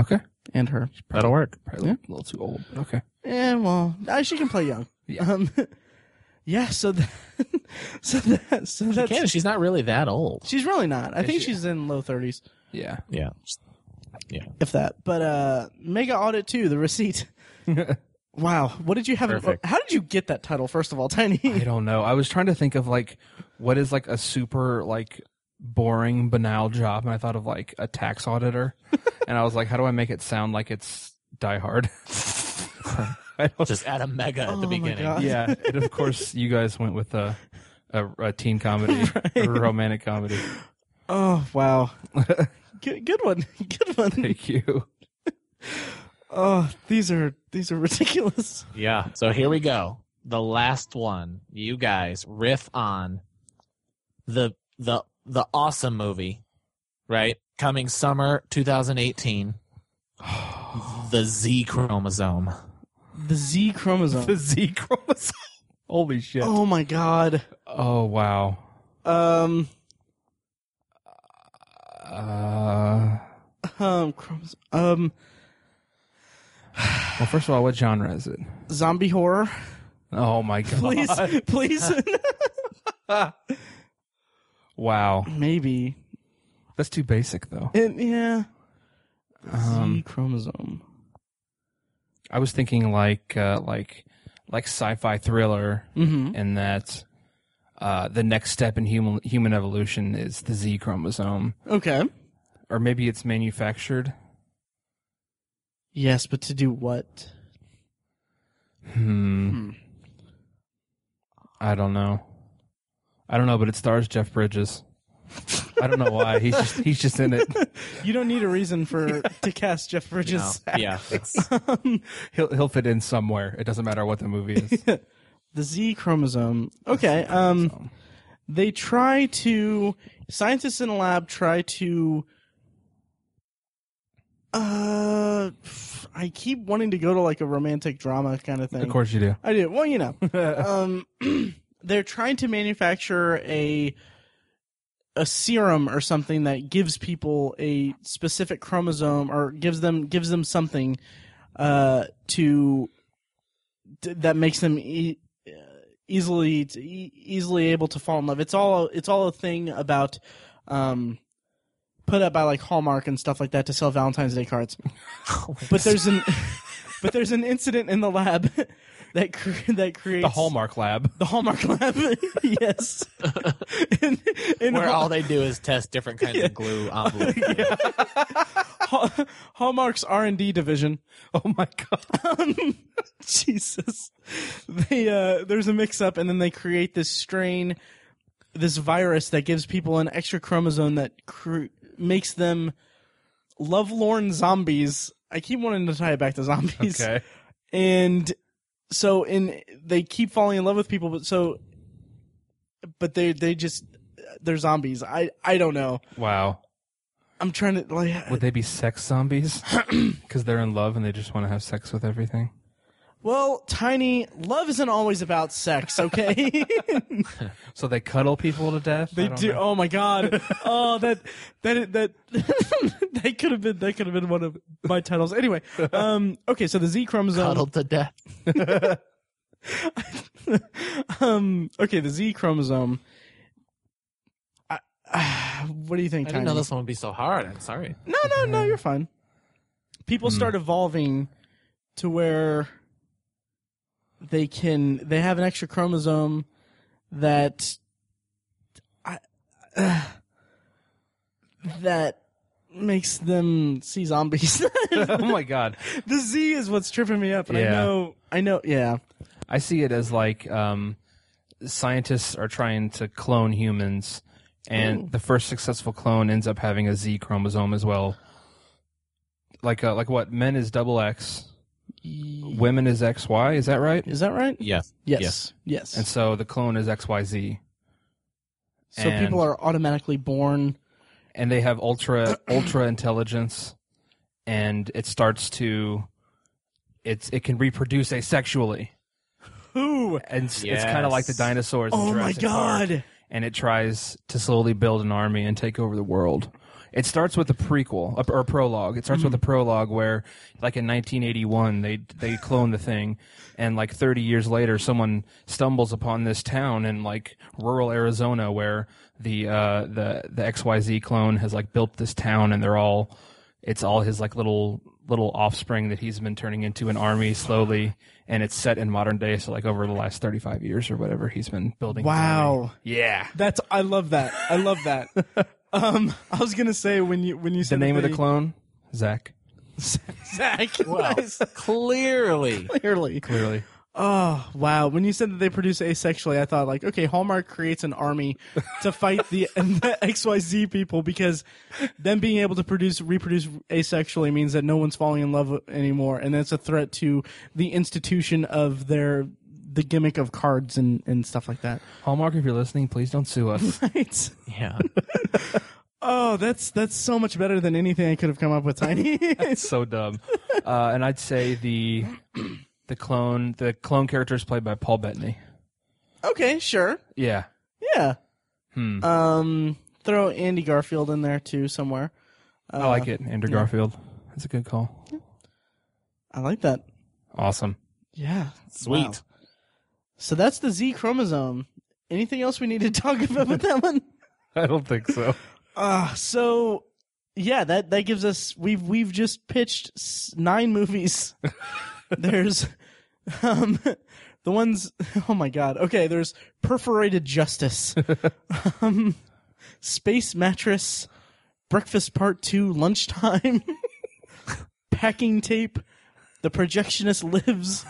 Okay.
and her.
That'll work.
Probably
Yeah.
a little too old. but okay.
Eh,
Yeah, well, uh, she can play young.
Yeah.
Um, yeah. So that, so that, so
She
that's
can. She's not really that old.
she's really not. I think
she?
she's in low thirties,
Yeah.
Yeah.
if that. But uh, Mega Audit Two, the receipt. wow, what did you have?
Perfect.
How did you get that title? First of all, Tiny.
I don't know. I was trying to think of like what is like a super like boring banal job, and I thought of like a tax auditor, and I was like, how do I make it sound like it's Die Hard? I don't.
Just add a mega at
Oh
the
my
beginning.
God.
yeah, and of course you guys went with a a, a teen comedy, a romantic comedy.
Oh wow. good, good one. Good one.
Thank you.
Oh, these are these are ridiculous.
Yeah. So here we go. The last one. You guys riff on the the the awesome movie, right? Coming summer 2018. the Z chromosome.
The Z chromosome.
The Z chromosome. Holy shit! Oh,
Oh my god.
wow.
Um.
Uh,
Um. Chromoso- um.
well, first of all, what genre is it?
Zombie horror.
Oh my god!
Please, please.
Wow,
Maybe.
that's too basic though.
And yeah. Z
Um,
chromosome.
I was thinking like uh, like like sci-fi thriller,
Mm-hmm.
and that uh, the next step in human human evolution is the Z chromosome,
Okay.
or maybe it's manufactured.
Yes, but to do what?
Hmm.
Hmm.
I don't know. I don't know, but it stars Jeff Bridges. I don't know why he's just he's just in it.
You don't need a reason for to cast Jeff Bridges.
No. yeah. It's,
He'll he'll fit in somewhere. It doesn't matter what the movie is.
The Z chromosome. Okay. Um. they try to scientists in a lab try to uh f- i keep wanting to go to like a romantic drama kind of thing
Of course you do.
i do well you know um they're trying to manufacture a a serum or something that gives people a specific chromosome or gives them gives them something uh to t- that makes them e- uh, easily t- e- easily able to fall in love it's all it's all a thing about um put up by like Hallmark and stuff like that to sell Valentine's Day cards but there's an but there's an incident in the lab that cre- that creates
The Hallmark Lab.
the Hallmark Lab. yes. in, in
where
Hall-
all they do is test different kinds of glue envelope.
Hall- Hallmark's R and D division.
Oh my god.
Um, Jesus. They uh, there's a mix up, and then they create this strain, this virus that gives people an extra chromosome that cr- makes them lovelorn zombies. I keep wanting to tie it back to zombies.
Okay.
and so in they keep falling in love with people but so but they they just they're zombies i i don't know
Wow.
i'm trying to like
Would they be sex zombies? Because they're in love and they just want to have sex with everything.
well tiny love isn't always about sex okay
So they cuddle people to death. I
they
don't
do
know.
oh my god oh that that that that could have been that could have been one of my titles anyway um okay so the z chromosome
Cuddled to death.
um okay the z chromosome I, what do you think
I
tiny?
didn't know this one would be so hard. I'm sorry.
No, no, no, you're fine. People
Hmm.
start evolving to where they can they have an extra chromosome that I, that makes them see zombies.
oh my god.
the Z is what's tripping me up, and I
Yeah.
know, I know, yeah,
I see it as like um, scientists are trying to clone humans, and the first successful clone ends up having a Z chromosome as well. Like uh, like what men is double X, women is XY. Is that right?
is that right?
Yes.
Yes, yes.
And so the clone is XYZ,
so
and-
people are automatically born.
and they have ultra ultra intelligence, and it starts to it's it can reproduce asexually,
Who?
and it's, it's kind of like the
Yes.
dinosaurs. in
Oh my
Jurassic Park.
god!
and it tries to slowly build an army and take over the world. It starts with a prequel a- or a prologue. It starts with a prologue where, like in 1981, they they clone the thing, and like 30 years later, someone stumbles upon this town in like rural Arizona where the uh, the the XYZ clone has like built this town, and they're all it's all his like little little offspring that he's been turning into an army slowly, and it's set in modern day, so like over the last 35 years or whatever, he's been building. his army.
Wow.
Yeah.
That's I love that. I love that. um, I was gonna say when you when you
The
said
name of the
they-
clone? Zach.
Zach.
Well,
Nice.
clearly.
Clearly.
Clearly.
Oh wow! When you said that they produce asexually, I thought like, okay, Hallmark creates an army to fight the, the XYZ people because them being able to produce reproduce asexually means that no one's falling in love anymore, and that's a threat to the institution of their the gimmick of cards and and stuff like that.
Hallmark, if you're listening, please don't sue us.
Right?
Yeah.
Oh, that's that's so much better than anything I could have come up with, Tiny.
It's so dumb. Uh, and I'd say the the clone the clone character is played by Paul Bettany.
okay, sure,
Yeah.
yeah.
Hmm.
Um, throw Andy Garfield in there too somewhere. Uh,
I like it. Andrew Garfield. That's a good call.
I like that.
Awesome.
Yeah,
Sweet.
Wow. So that's the Z chromosome. Anything else we need to talk about with that one?
I don't think so.
Uh, so yeah, that that gives us we've we've just pitched s- nine movies. there's um the ones oh my god. Okay, there's Perforated Justice. um Space Mattress, Breakfast Part 2, Lunchtime, Packing Tape, The Projectionist Lives,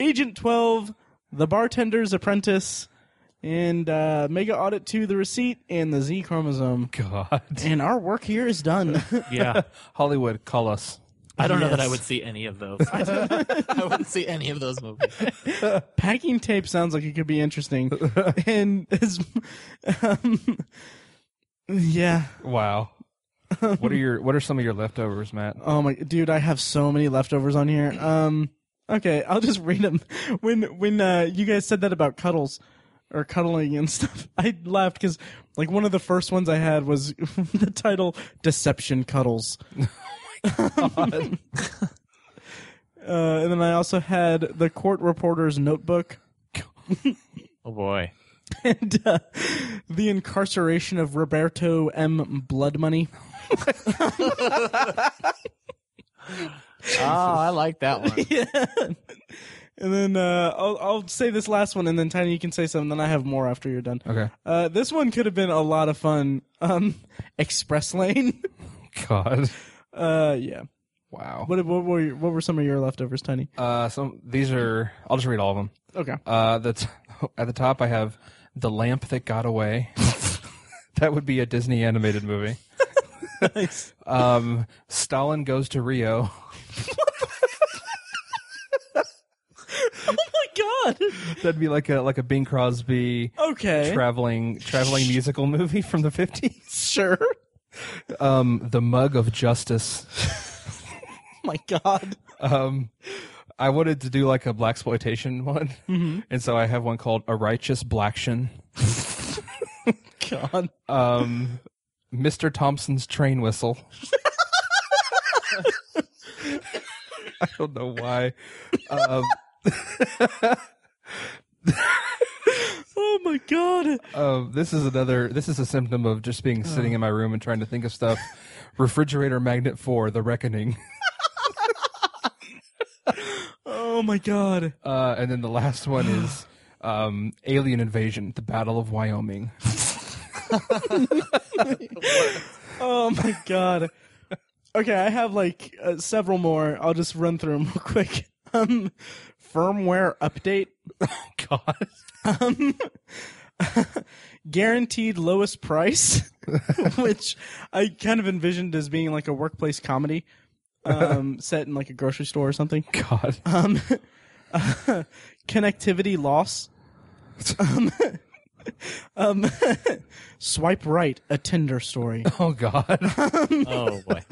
Agent 12, The Bartender's Apprentice, and uh, Mega Audit 2, The Receipt, and The Z Chromosome.
God.
And our work here is done.
Yeah.
Hollywood, call us.
I don't know that I
Yes.
would see any of those. I wouldn't see any of those movies.
Packing tape sounds like it could be interesting. and it's, um, yeah.
Wow. What are your what are some of your leftovers, Matt?
Oh my dude, I have so many leftovers on here. Um okay, I'll just read them. When when uh you guys said that about cuddles or cuddling and stuff, I laughed cuz like one of the first ones I had was the title Deception Cuddles. Uh, and then I also had the court reporter's notebook
Oh boy.
and uh, the incarceration of Roberto M. Bloodmoney.
Oh, I like that one.
yeah. And then uh, I'll, I'll say this last one, and then Tiny, you can say something. Then I have more after you're done.
Okay.
Uh, this one could have been a lot of fun. Um, Express Lane.
God.
Uh, yeah.
Wow.
What what were your, what were some of your leftovers, Tiny?
Uh, some these are. I'll just read all of them.
Okay.
Uh, that's at the top. I have the lamp that got away. that would be a Disney animated movie.
Nice.
Um, Stalin goes to Rio.
oh my
That'd be like a like a Bing Crosby
God. Okay.
traveling traveling musical movie from the fifties.
sure. Oh
Um, the mug of justice.
my God.
Um, I wanted to do like a black exploitation one, and so I have one called a righteous blackshin.
God.
Um, Mr. Thompson's train whistle. I don't know why. Um,
Oh my God.
um, this is another. This is a symptom of just being sitting in my room and trying to think of stuff. Refrigerator magnet four, the reckoning,
Oh my God.
uh, and then the last one is um, alien invasion, the battle of Wyoming.
Oh my god. Okay, I have like uh, several more. I'll just run through them real quick. Um, firmware update,
God,
guaranteed lowest price, which I kind of envisioned as being like a workplace comedy, um, set in like a grocery store or something.
God,
Um, connectivity loss. Um, um, swipe right, a Tinder story.
oh God,
Oh boy.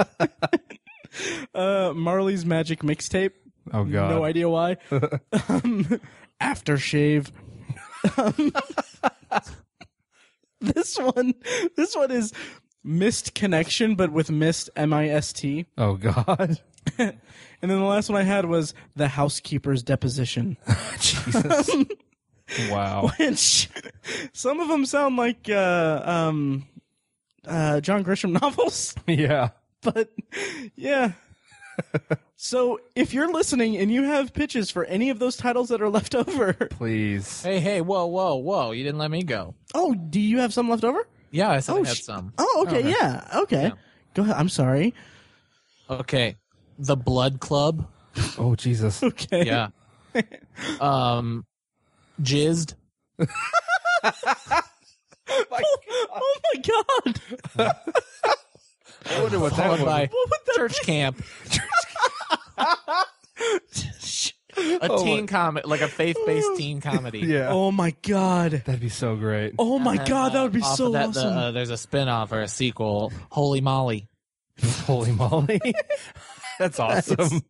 Uh, Marley's Magic mixtape.
oh God.
No idea why. um, aftershave. Um, this one, this one is Missed Connection, but with Mist M I S T.
Oh God.
And then the last one I had was The Housekeeper's Deposition.
Jesus. wow.
Which some of them sound like uh, um, uh, John Grisham novels,
Yeah.
but yeah. so if you're listening and you have pitches for any of those titles that are left over,
Please.
Hey, hey, whoa, whoa, whoa! You didn't let me go.
oh, do you have some left over?
Yeah, I said
Oh,
I had
sh-
some.
Oh, okay, yeah, okay. Go ahead. I'm sorry.
Okay, the Blood Club.
Oh Jesus.
Okay.
Yeah. um, jizzed.
Oh my god!
I wonder what
followed
that
by
was.
What would that
church camp. a
Oh,
teen
my-
comedy, like a faith-based teen comedy.
Yeah.
Oh my god!
That'd be so great.
Oh my
And,
god! That
uh,
would be
off
so
of that, the,
awesome.
uh, there's a spin-off or a sequel. Holy moly!
Holy moly. That's awesome.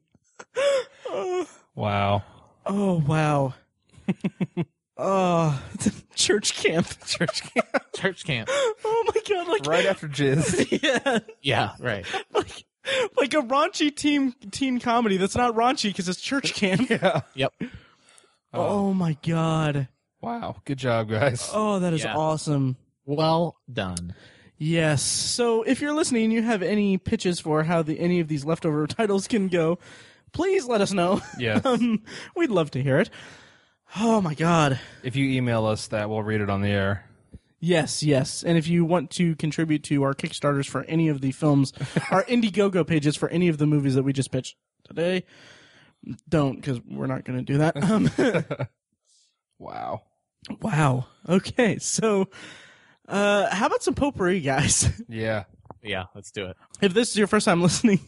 uh,
Wow.
oh wow! oh, church camp.
Church camp.
Church camp.
Oh my god! Like
Right after Jizz.
yeah,
Yeah, right.
like like a raunchy teen teen comedy that's not raunchy because it's church camp.
Yeah.
Yep.
Oh.
Oh my god!
Wow. Good job, guys.
Oh, that is
Yeah.
awesome.
Well done.
Yes. So if you're listening and you have any pitches for how the any of these leftover titles can go, please let us know.
Yes.
um, we'd love to hear it. Oh my god.
If you email us that, we'll read it on the air.
Yes, yes. And if you want to contribute to our Kickstarters for any of the films, our Indiegogo pages for any of the movies that we just pitched today, don't because we're not going to do that. Um,
Wow.
wow. Okay. So, uh, how about some potpourri, guys?
Yeah.
Yeah, let's do it.
if this is your first time listening,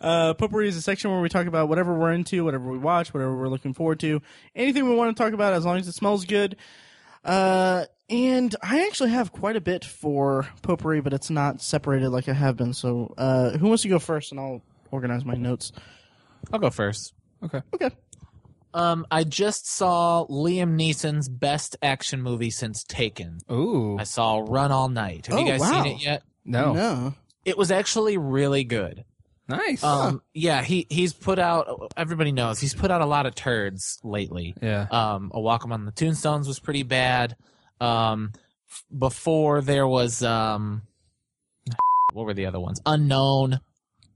uh, potpourri is a section where we talk about whatever we're into, whatever we watch, whatever we're looking forward to, anything we want to talk about, as long as it smells good. Uh, and I actually have quite a bit for potpourri, but it's not separated like I have been. So, uh, who wants to go first, and I'll organize my notes.
I'll go first.
Okay.
Okay.
Um, I just saw Liam Neeson's best action movie since Taken.
Ooh.
I saw Run All Night. Have
Oh,
you guys
wow.
seen it yet?
No.
No.
It was actually really good.
Nice.
Um, yeah, he he's put out. Everybody knows he's put out a lot of turds lately.
yeah.
Um, a Walk 'Em on the Tombstones was pretty bad. Um, f- before there was um, what were the other ones? Unknown.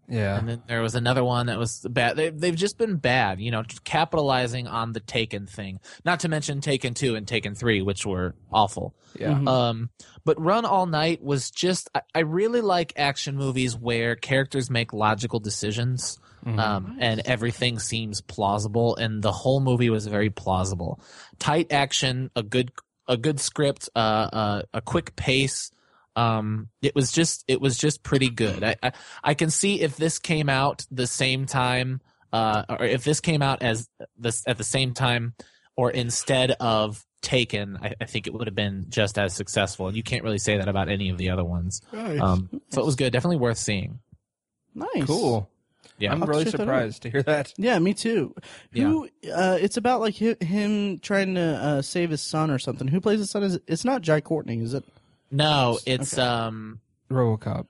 Yeah.
And then there was another one that was bad. They, they've just been bad, you know, capitalizing on the Taken thing. Not to mention Taken 2 and Taken 3, which were awful.
Yeah.
Mhm.
Um, but Run All Night was just, I, I really like action movies where characters make logical decisions
Mhm.
um, and everything seems plausible. And the whole movie was very plausible. Tight action, a good a good script, uh, uh, a quick pace. Um, it was just it was just pretty good. I, I I can see if this came out the same time, uh, or if this came out as this at the same time, or instead of Taken, I, I think it would have been just as successful. And you can't really say that about any of the other ones.
Nice.
Um, so it was good, definitely worth seeing.
nice.
Cool.
Yeah.
I'm
I'll
really
check that out.
surprised to hear that.
Yeah, me too. Who? Uh, it's about like hi- him trying to uh, save his son or something. Who plays his son? Is it's not Jai Courtney, is it?
No, it's
Okay.
um
RoboCop.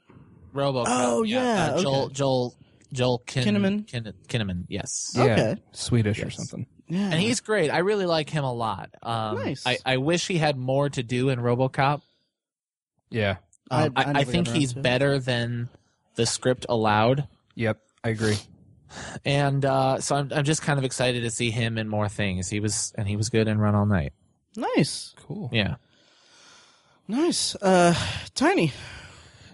RoboCop.
Oh, yeah,
uh, Joel
okay.
Joel Joel Kin-
Kinnaman.
Kin- Kinnaman. Yes.
Yeah.
Okay.
Swedish or
Yes.
something.
Yeah.
And he's great. I really like him a lot. Um,
Nice.
I, I wish he had more to do in RoboCop.
Yeah.
I-
Um,
I
I, I,
never
think
got around
he's
to it.
better than the script allowed,
Yep. I agree.
and uh, so I'm I'm just kind of excited to see him in more things. He was and he was good in Run All Night.
nice.
Cool.
Yeah.
Nice. Uh, Tiny,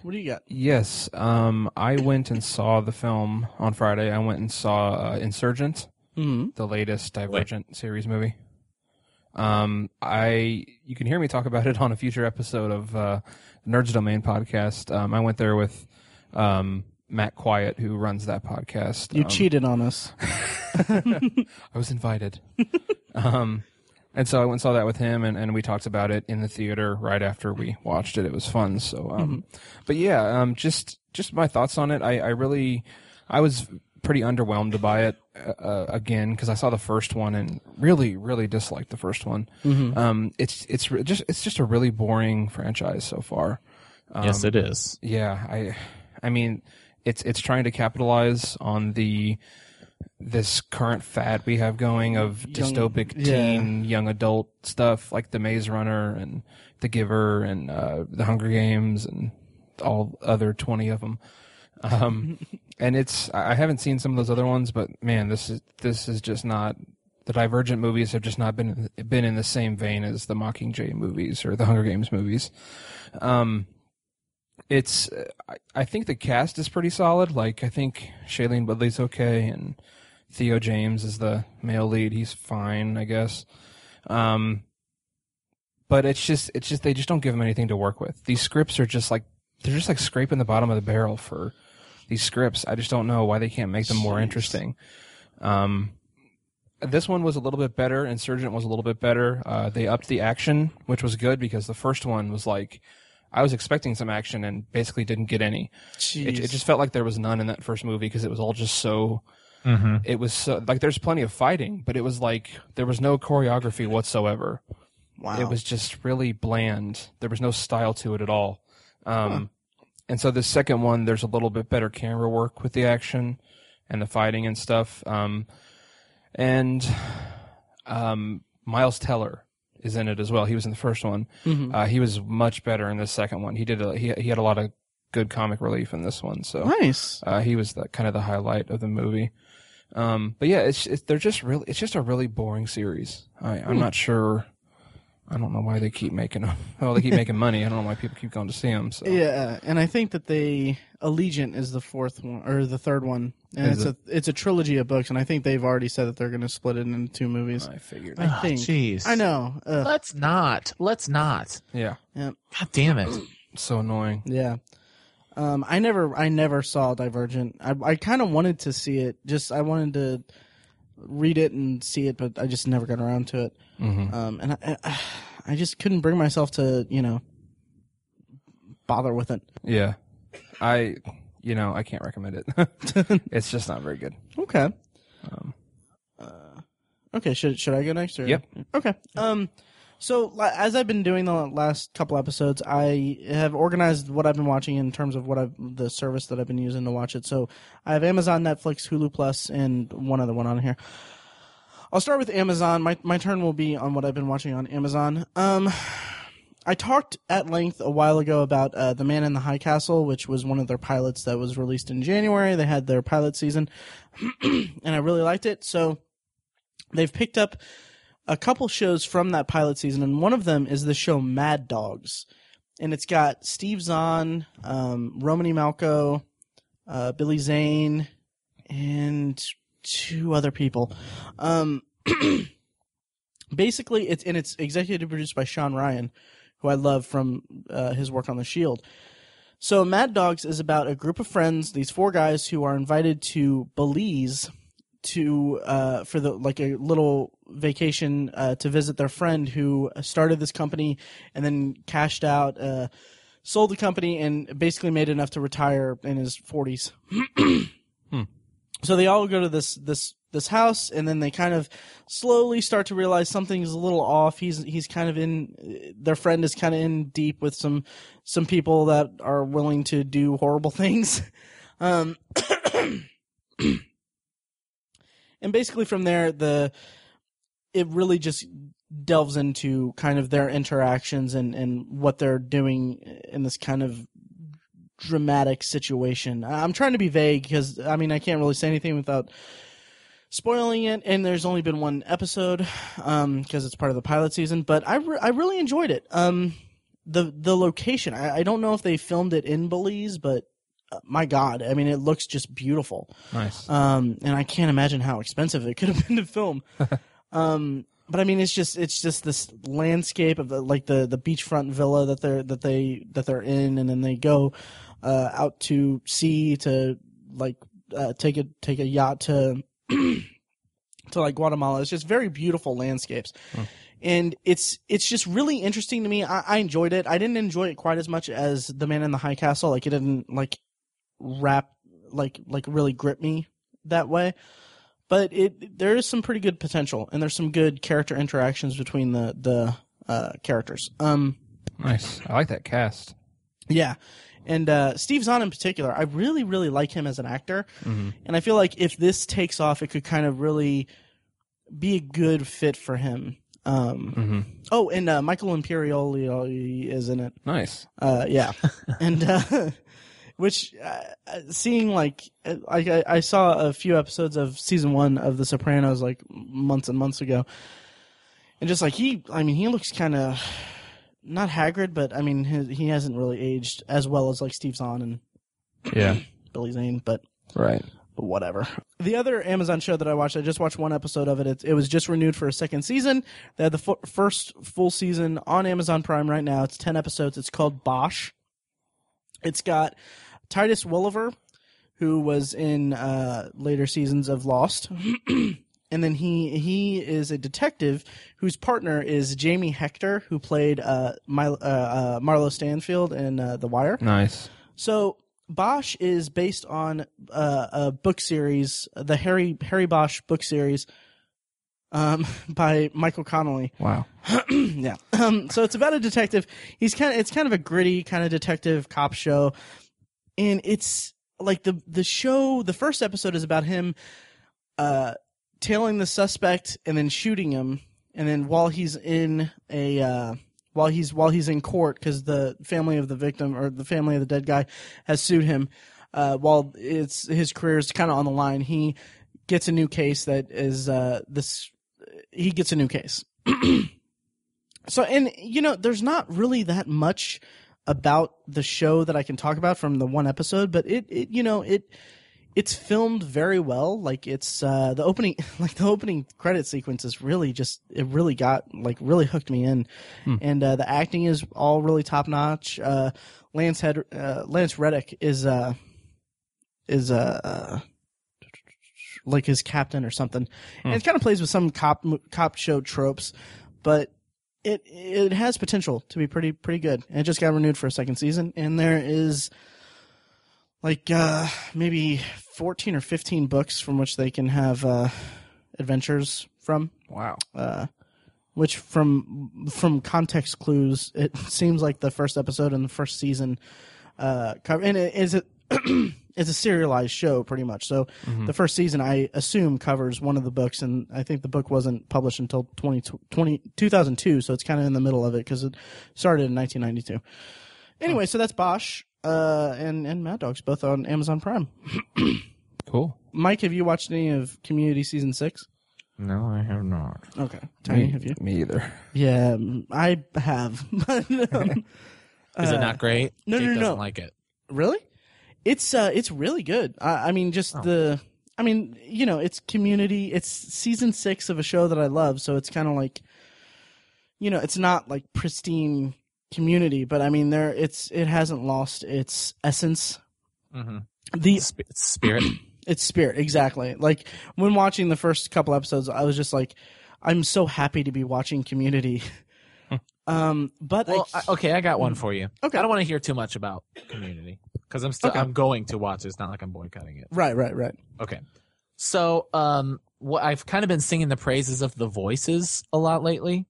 what do you got?
Yes. Um, I went and saw the film on Friday. I went and saw uh, Insurgent.
Mm-hmm.
the latest Divergent series movie. Um, I you can hear me talk about it on a future episode of uh, Nerds Domain podcast. Um, I went there with um, Matt Quiet, who runs that podcast.
You
Um,
cheated on us.
I was invited. um, and so I went and saw that with him, and, and we talked about it in the theater right after we watched it. It was fun. So, um, but yeah, um, just just my thoughts on it. I, I really, I was pretty underwhelmed by it uh, uh, again because I saw the first one and really, really disliked the first one. Um, it's it's re- just it's just a really boring franchise so far. Um,
yes, it is.
yeah i i mean it's it's trying to capitalize on the this current fad we have going of
Young-
dystopic
yeah.
teen young adult stuff like the maze runner and the giver and uh, the hunger games and all other 20 of them um, and it's i I haven't seen some of those other ones but man this is this is just not the divergent movies have just not been been in the same vein as the mockingjay movies or the hunger games movies um, it's I, I think the cast is pretty solid. Like I think Shailene Woodley's okay, and Theo James is the male lead. He's fine, I guess. Um, but it's just it's just they just don't give him anything to work with. These scripts are just like they're just like scraping the bottom of the barrel for these scripts. I just don't know why they can't make them more
Jeez.
interesting. Um, this one was a little bit better. Insurgent was a little bit better. Uh, they upped the action, which was good because the first one was like I was expecting some action and basically didn't get any.
Jeez.
It, it just felt like there was none in that first movie because it was all just so.
Mm-hmm.
It was so, like there's plenty of fighting, but it was like there was no choreography whatsoever.
wow.
It was just really bland. There was no style to it at all. Um, And so the second one, there's a little bit better camera work with the action and the fighting and stuff. Um, and um, Miles Teller is in it as well. He was in the first one.
Mhm.
Uh, he was much better in the second one. He did a, he he had a lot of good comic relief in this one. So
nice.
uh, he was the kind of the highlight of the movie. Um, but yeah, it's, it's they're just really it's just a really boring series. I,
Hmm.
I'm not sure. I don't know why they keep making them. Well, they keep making money. I don't know why people keep going to see them. So
Yeah, and I think that they Allegiant is the fourth one or the third one, and it's
Is
a it's a trilogy of books, and I think they've already said that they're going to split it into two movies.
I figured.
I think.
Ah, Jeez.
I know. Ugh.
Let's not. Let's not.
Yeah,
God damn it.
so annoying.
Yeah. Um, I never I never saw Divergent. I I kind of wanted to see it. Just I wanted to read it and see it, but I just never got around to it.
hmm
Um, and I, I I just couldn't bring myself to you know bother with it.
Yeah, I you know I can't recommend it. it's just not very good.
Okay. Uh,
Um,
Okay, should should I go next? Or?
Yep.
Okay. Um, so li- as I've been doing the last couple episodes, I have organized what I've been watching in terms of what I've the service that I've been using to watch it. So I have Amazon, Netflix, Hulu Plus, and one other one on here. I'll start with Amazon. My my turn will be on what I've been watching on Amazon. Um, I talked at length a while ago about uh, The Man in the High Castle, which was one of their pilots that was released in January. They had their pilot season, and I really liked it. So they've picked up a couple shows from that pilot season, and one of them is the show Mad Dogs, and it's got Steve Zahn, um, Romany Malco, uh, Billy Zane, and two other people. Um, basically, it's and it's executive produced by Sean Ryan, who I love from uh, his work on The Shield. So, Mad Dogs is about a group of friends, these four guys who are invited to Belize, to uh, for the like a little vacation uh, to visit their friend who started this company and then cashed out, uh, sold the company, and basically made enough to retire in his forties. So they all go to this this this house, and then they kind of slowly start to realize something's a little off. He's he's kind of in their friend is kind of in deep with some some people that are willing to do horrible things. Um, and basically from there the it really just delves into kind of their interactions and and what they're doing in this kind of dramatic situation I- i'm trying to be vague because i mean i can't really say anything without spoiling it and there's only been one episode um because it's part of the pilot season but i re- i really enjoyed it um the the location I, I don't know if they filmed it in belize but uh, my god i mean it looks just beautiful
Nice.
um, and I can't imagine how expensive it could have been to film. um, but I mean, it's just it's just this landscape of the, like the the beachfront villa that they're that they that they're in, and then they go uh, out to sea to like uh, take a take a yacht to to like Guatemala. It's just very beautiful landscapes.
Hmm.
And it's it's just really interesting to me. I, I enjoyed it. I didn't enjoy it quite as much as The Man in the High Castle. Like it didn't like wrap like like really grip me that way. But it there is some pretty good potential, and there's some good character interactions between the the uh, characters. Um,
Nice. I like that cast.
Yeah. And uh, Steve Zahn in particular, I really, really like him as an actor. And I feel like if this takes off, it could kind of really be a good fit for him. Um,
Mhm.
Oh, and uh, Michael Imperioli is in it.
Nice.
Uh, yeah, and uh, which uh, uh, seeing like uh, like I, I saw a few episodes of season one of The Sopranos like months and months ago, and just like he, I mean, he looks kind of not haggard, but I mean, his, he hasn't really aged as well as like Steve Zahn and
Yeah.
Billy Zane, but
Right.
but whatever. The other Amazon show that I watched, I just watched one episode of it. It, it was just renewed for a second season. They had the fu- first full season on Amazon Prime right now. It's 10 episodes. It's called Bosch. It's got Titus Williver, who was in uh, later seasons of Lost. and then he he is a detective whose partner is Jamie Hector, who played uh, My, uh, uh, Marlo Stanfield in uh, The Wire.
Nice.
So Bosch is based on uh, a book series, the Harry Harry Bosch book series, um, by Michael Connolly.
Wow.
yeah. Um, so it's about a detective. He's kind of it's kind of a gritty kind of detective cop show, and it's like the the show. The first episode is about him, uh, tailing the suspect and then shooting him, and then while he's in a uh, while he's while he's in court because the family of the victim or the family of the dead guy has sued him. Uh, while it's his career is kind of on the line, he gets a new case that is uh, this. He gets a new case. so, and you know, there's not really that much about the show that I can talk about from the one episode, but it, it you know, it it's filmed very well. Like it's uh, the opening, like the opening credit sequence is really just it really got like really hooked me in,
Hmm.
and uh, the acting is all really top notch. Uh, Lance Head, uh, Lance Reddick is uh is uh, uh like his captain or something, and it kind of plays with some cop mo- cop show tropes, but. It it has potential to be pretty pretty good, and it just got renewed for a second season. And there is like uh, maybe 14 or 15 books from which they can have uh, adventures from
Wow.
uh, which from from context clues it seems like the first episode in the first season uh, cover and it is it it's a serialized show pretty much so the first season i assume covers one of the books and i think the book wasn't published until 20, 20 2002 so it's kind of in the middle of it because it started in 1992 anyway so that's bosch uh, and and mad dogs both on amazon prime
Cool.
mike have you watched any of community season six
No, I have not.
okay tony have you
Me either.
Yeah, mm, I have. But, um,
Is
uh,
it not great?
no,
Jake
no, no, no.
doesn't like it.
really? It's uh, it's really good. I, I mean, just
Oh.
the. I mean, you know, it's community. It's season six of a show that I love, so it's kind of like, you know, it's not like pristine community, but I mean, there it's it hasn't lost its essence.
Mm-hmm.
The
Sp- it's spirit.
It's spirit, exactly. Like when watching the first couple episodes, I was just like, I'm so happy to be watching Community.
Hmm.
um, but
well,
I,
I, okay, I got one for you.
Okay.
I don't want to hear too much about Community because I'm still
Okay.
I'm going to watch. it. It's not like I'm boycotting it.
right, right, right.
Okay. So, um, what I've kind of been singing the praises of the voices a lot lately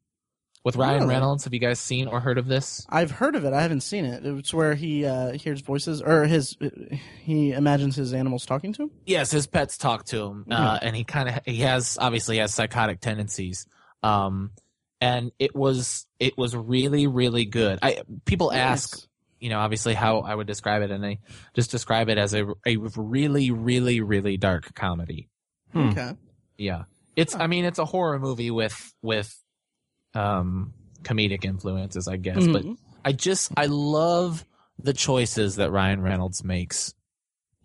with Ryan
Really?
Reynolds. Have you guys seen or heard of this?
I've heard of it. I haven't seen it. It's where he uh, hears voices, or his uh, he imagines his animals talking to him.
Yes, his pets talk to him, uh, and he kind of he has obviously has psychotic tendencies. Um, and it was it was really really good. I people ask you know, obviously how I would describe it, and I just describe it as a, a really, really, really dark comedy.
Hmm.
Okay.
Yeah, it's. I mean, it's a horror movie with with um comedic influences, I guess. But
Mhm.
I just I love the choices that Ryan Reynolds makes.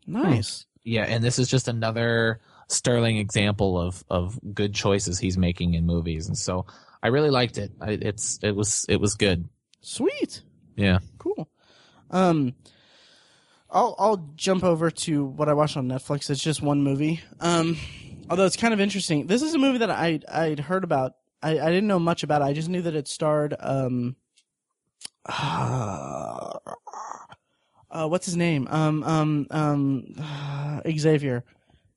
nice.
Yeah, and this is just another sterling example of of good choices he's making in movies, and so I really liked it. I, it's it was it was good.
Sweet.
Yeah.
Cool. Um, I'll I'll jump over to what I watched on Netflix. It's just one movie. Um, although it's kind of interesting. This is a movie that I I'd heard about. I, I didn't know much about it. I just knew that it starred um, uh, what's his name? Um um um Xavier,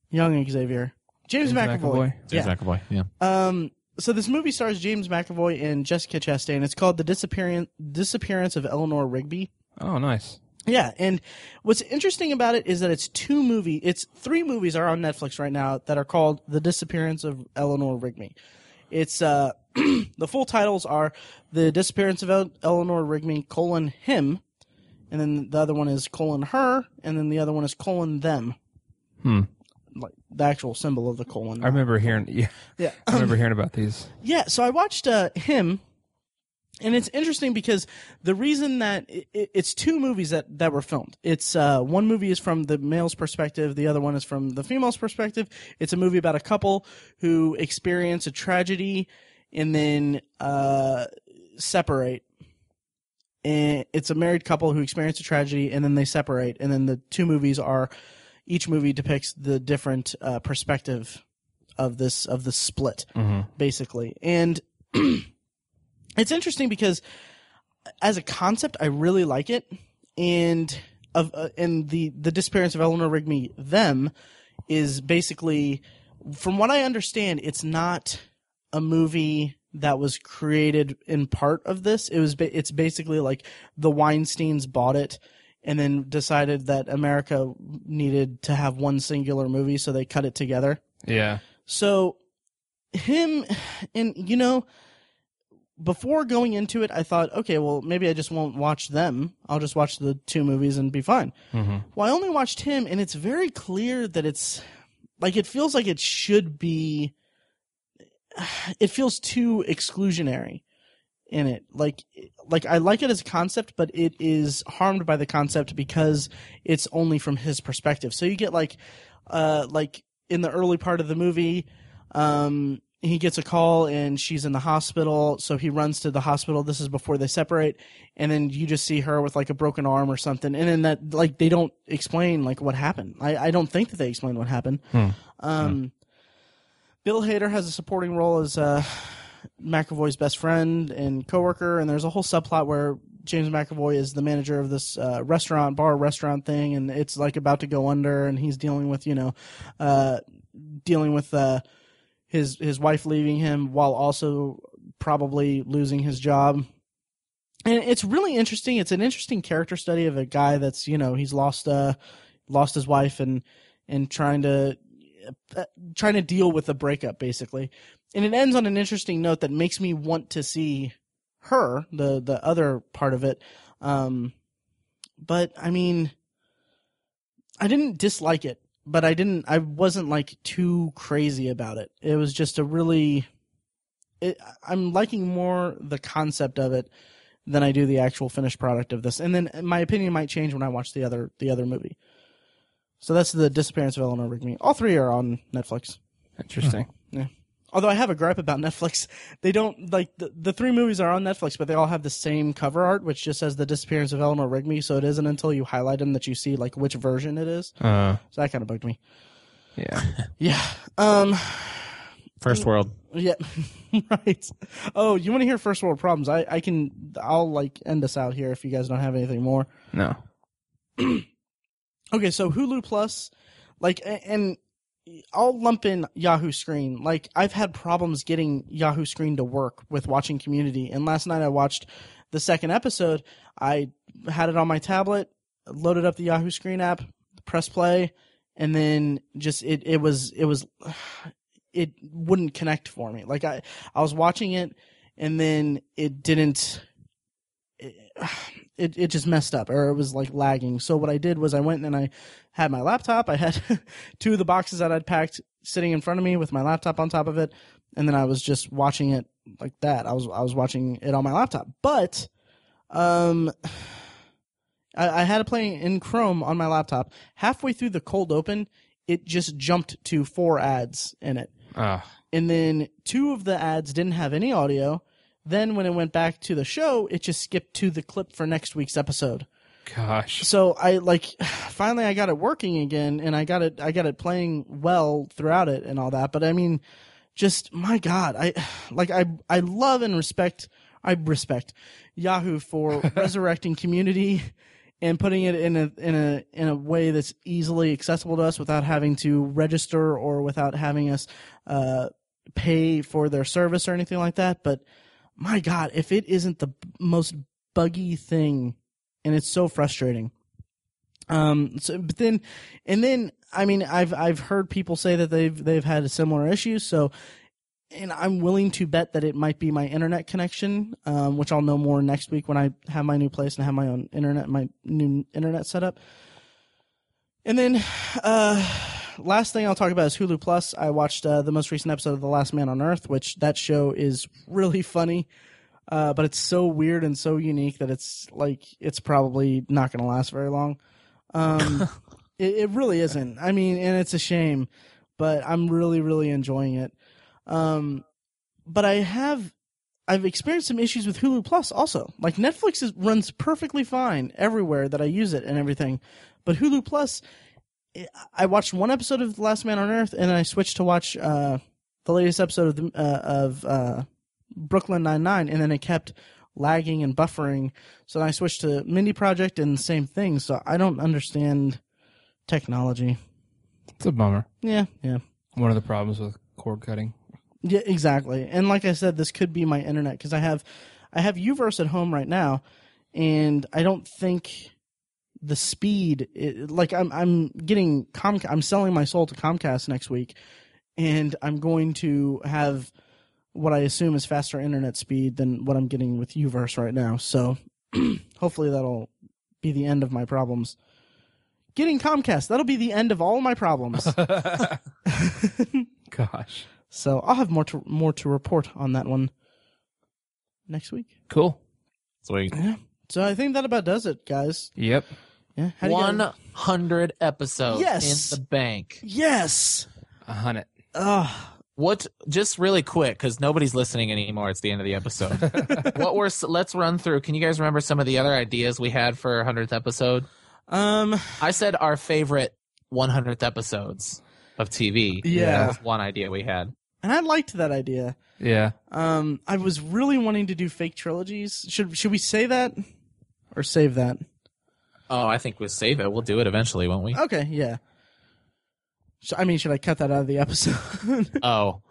young Xavier, James, McAvoy. Yeah.
McAvoy. Yeah.
Um, so this movie stars James McAvoy and Jessica Chastain. It's called The Disappearance Disappearance of Eleanor Rigby.
Oh, nice.
Yeah, and what's interesting about it is that it's two movie. It's three movies are on Netflix right now that are called "The Disappearance of Eleanor Rigby." It's uh, the full titles are "The Disappearance of El- Eleanor Rigby: colon Him," and then the other one is colon Her, and then the other one is colon Them.
Hmm.
Like the actual symbol of the colon.
I remember hearing. Yeah,
Yeah.
I remember hearing about these.
Yeah, so I watched uh, him, and it's interesting because the reason that i i- it's two movies that, that were filmed. It's uh, one movie is from the male's perspective, the other one is from the female's perspective. It's a movie about a couple who experience a tragedy and then uh, separate. And it's a married couple who experience a tragedy and then they separate. And then the two movies are each movie depicts the different uh, perspective of this of the split
hmm
basically. And it's interesting because as a concept, I really like it. And of uh, and the the disappearance of Eleanor Rigby, them is basically, from what I understand, it's not a movie that was created in part of this. It was ba- it's basically like the Weinstein's bought it. And then decided that America needed to have one singular movie, so they cut it together.
Yeah.
So him and you know before going into it I thought okay well maybe I just won't watch them I'll just watch the two movies and be fine.
hmm
Well I only watched him and it's very clear that it's like it feels like it should be it feels too exclusionary in it. Like like I like it as a concept but it is harmed by the concept because it's only from his perspective. So you get like uh like in the early part of the movie um he gets a call and she's in the hospital so he runs to the hospital this is before they separate and then you just see her with like a broken arm or something and then that like they don't explain like what happened i, I don't think that they explained what happened
Hmm.
um bill hader has a supporting role as uh mcavoy's best friend and coworker and there's a whole subplot where james mcavoy is the manager of this uh, restaurant bar restaurant thing and it's like about to go under and he's dealing with you know uh dealing with uh his his wife leaving him while also probably losing his job. And it's really interesting. It's an interesting character study of a guy that's you know he's lost uh lost his wife and and trying to uh, trying to deal with the breakup basically. And it ends on an interesting note that makes me want to see her the the other part of it. Um, but I mean, I didn't dislike it but I didn't. I wasn't like too crazy about it. It was just a really. It, I'm liking more the concept of it than I do the actual finished product of this. And then my opinion might change when I watch the other the other movie. So that's the disappearance of Eleanor Rigby. All three are on Netflix.
Interesting.
Although I have a gripe about Netflix, they don't like the, the three movies are on Netflix, but they all have the same cover art, which just says the disappearance of Eleanor Rigby. So it isn't until you highlight them that you see like which version it is.
Uh,
So that kind of bugged me.
yeah.
Yeah. Um.
First world.
Yeah, right. Oh, you want to hear first world problems? I, I can, I'll like end us out here if you guys don't have anything more.
No.
Okay, so Hulu Plus, like, a- and I'll lump in Yahoo Screen. Like, I've had problems getting Yahoo Screen to work with watching Community. And last night I watched the second episode. I had it on my tablet, loaded up the Yahoo Screen app, press play, and then just it it was it was it wouldn't connect for me. Like I I was watching it, and then it didn't. It, it just messed up or it was like lagging. So what I did was I went and I had my laptop. I had two of the boxes that I'd packed sitting in front of me with my laptop on top of it, and then I was just watching it like that. I was I was watching it on my laptop, but um, I, I had it playing in Chrome on my laptop. Halfway through the cold open, it just jumped to four ads in it
Uh,
and then two of the ads didn't have any audio. Then when it went back to the show, it just skipped to the clip for next week's episode.
gosh.
So I like finally I got it working again and I got it I got it playing well throughout it and all that. But I mean just my god, I like I I love and respect I respect Yahoo for resurrecting community and putting it in a in a in a way that's easily accessible to us without having to register or without having us uh pay for their service or anything like that. But my god, if it isn't the most buggy thing and it's so frustrating. Um, so, but then, and then, I mean, I've I've heard people say that they've they've had a similar issue. So, and I'm willing to bet that it might be my internet connection, um, which I'll know more next week when I have my new place and I have my own internet, my new internet setup. And then, uh, last thing I'll talk about is Hulu Plus. I watched uh, the most recent episode of The Last Man on Earth, which that show is really funny, uh, but it's so weird and so unique that it's like it's probably not going to last very long. Um, it, it really isn't. I mean, and it's a shame, but I'm really, really enjoying it. Um, but I have I've experienced some issues with Hulu Plus also. Like Netflix is, runs perfectly fine everywhere that I use it and everything, but Hulu Plus, I- I watched one episode of The Last Man on Earth and then I switched to watch uh, the latest episode of the, uh, of uh, Brooklyn Nine Nine, and then it kept lagging and buffering. So then I switched to Mindy Project and the same thing. So I don't understand technology.
It's a bummer.
Yeah, yeah.
One of the problems with cord cutting.
Yeah, exactly. And like I said, this could be my internet because I have, I have Uverse at home right now, and I don't think the speed. It, like I'm, I'm getting Comcast. I'm selling my soul to Comcast next week, and I'm going to have what I assume is faster internet speed than what I'm getting with Uverse right now. So hopefully that'll be the end of my problems. Getting Comcast. That'll be the end of all my problems.
Gosh.
So I'll have more to more to report on that one next week.
Cool.
Sweet.
So I think that about does it, guys.
Yep.
Yeah. How do you
One
guys-
hundred episodes
Yes.
in the bank.
Yes.
A hundred.
Ah.
What? Just really quick, because nobody's listening anymore. It's the end of the episode. what we're s- let's run through. Can you guys remember some of the other ideas we had for our hundredth episode?
um.
I said our favorite one hundredth episodes of TV.
Yeah.
that was one idea we had.
And I liked that idea.
Yeah.
Um. I was really wanting to do fake trilogies. Should Should we say that, or save that?
Oh, I think we'll save it. We'll do it eventually, won't we?
Okay. Yeah. So, I mean, should I cut that out of the episode?
Oh,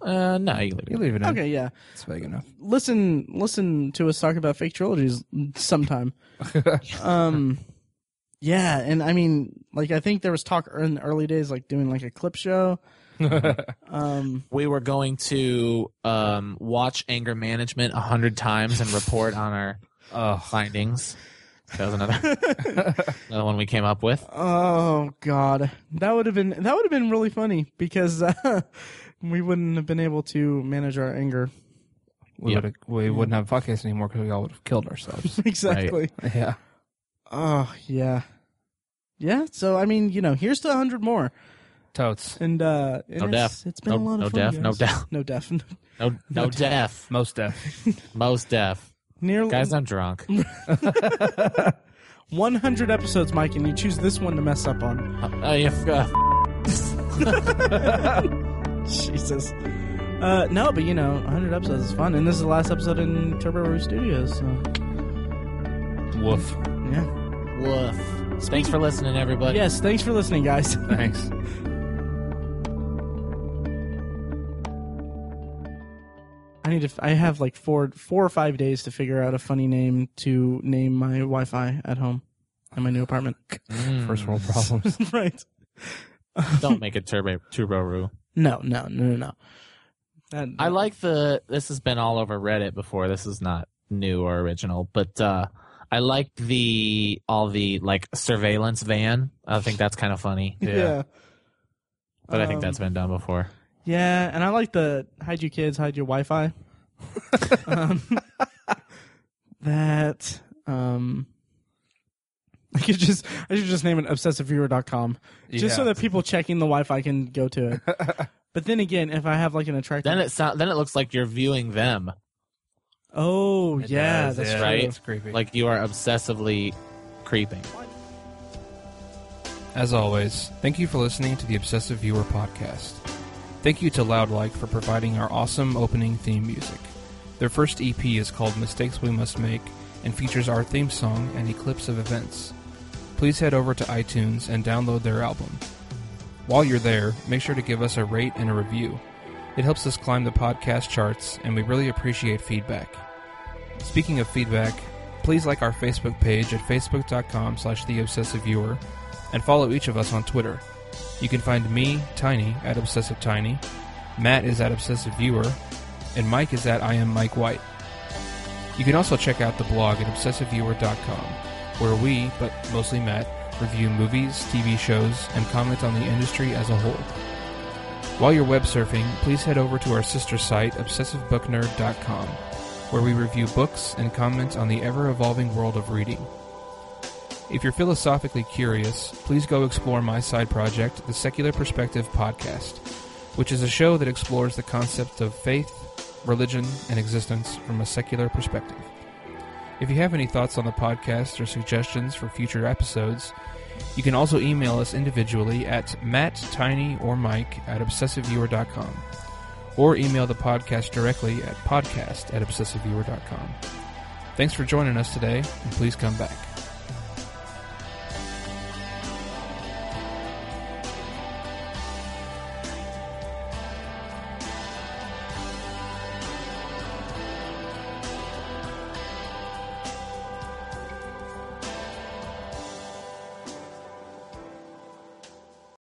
uh, no, you leave
You
it.
leave it in.
okay. Yeah.
It's vague enough.
Listen. Listen to us talk about fake trilogies sometime. um yeah and i mean like i think there was talk in the early days like doing like a clip show um
We were going to um, watch anger management a hundred times and report on our
oh.
findings. That was another another one we came up with.
oh god that would have been that would have been really funny because uh, we wouldn't have been able to manage our anger
We,
Yep.
would we wouldn't have podcasts anymore because we all would have killed ourselves.
exactly
yeah.
oh yeah yeah so i mean you know here's to 100 more
Totes.
and uh and
No
it's,
death.
it's been a
No-
lot
no
of fun
death, no
guys.
death.
no deaf
No, no deaf.
Most deaf.
Most deaf.
nearly
Guys, I'm drunk.
Mm. 100 episodes mike and you choose this one to mess up on
Oh, you forgot.
Jesus. Uh, no, but you know, 100 episodes is fun, and this is the last episode in Turbo Roo Studios. So
Woof.
yeah.
Woof. Thanks for listening, everybody.
Yes, thanks for listening, guys.
Thanks.
I need to. f- I have like four, four or five days to figure out a funny name to name my Wi-Fi at home in my new apartment.
First world problems.
right.
Mm. Don't make it turbo turbo roo.
No, no, no, no, no. That,
I like the this has been all over Reddit before. This is not new or original, but uh I like the all the like surveillance van. I think that's kind of funny. But I think
Um,
that's been done before.
Yeah, and I like the hide your kids, hide your Wi-Fi. um, that um, I could just I should just name it obsessiveviewer.com just so
Yeah.
that people checking the Wi-Fi can go to it. but then again, if I have like an attractive,
Then it sound, then it looks like you're viewing them.
oh
It
yeah,
does,
that's
yeah.
right.
It's creepy.
Like you are obsessively creeping.
As always, thank you for listening to the Obsessive Viewer podcast. Thank you to Loudlike for providing our awesome opening theme music. Their first EP is called Mistakes We Must Make and features our theme song and a clips of events. Please head over to iTunes and download their album. While you're there, make sure to give us a rate and a review. It helps us climb the podcast charts, and we really appreciate feedback. Speaking of feedback, Please like our Facebook page at facebook.com slash the obsessive viewer and follow each of us on Twitter. You can find me, Tiny, at Obsessive Tiny, Matt is at Obsessive Viewer, and Mike is at I Am Mike White. You can also check out the blog at obsessiveviewer.com, where we, but mostly Matt, review movies, TV shows, and comment on the industry as a whole. While you're web surfing, please head over to our sister site, obsessivebooknerd.com, where we review books and comment on the ever evolving world of reading. If you're philosophically curious, please go explore my side project, the Secular Perspective Podcast, which is a show that explores the concept of faith, religion, and existence from a secular perspective. If you have any thoughts on the podcast or suggestions for future episodes, you can also email us individually at Matt, Tiny, or Mike at ObsessiveViewer.com or email the podcast directly at podcast at ObsessiveViewer.com. Thanks for joining us today, and please come back.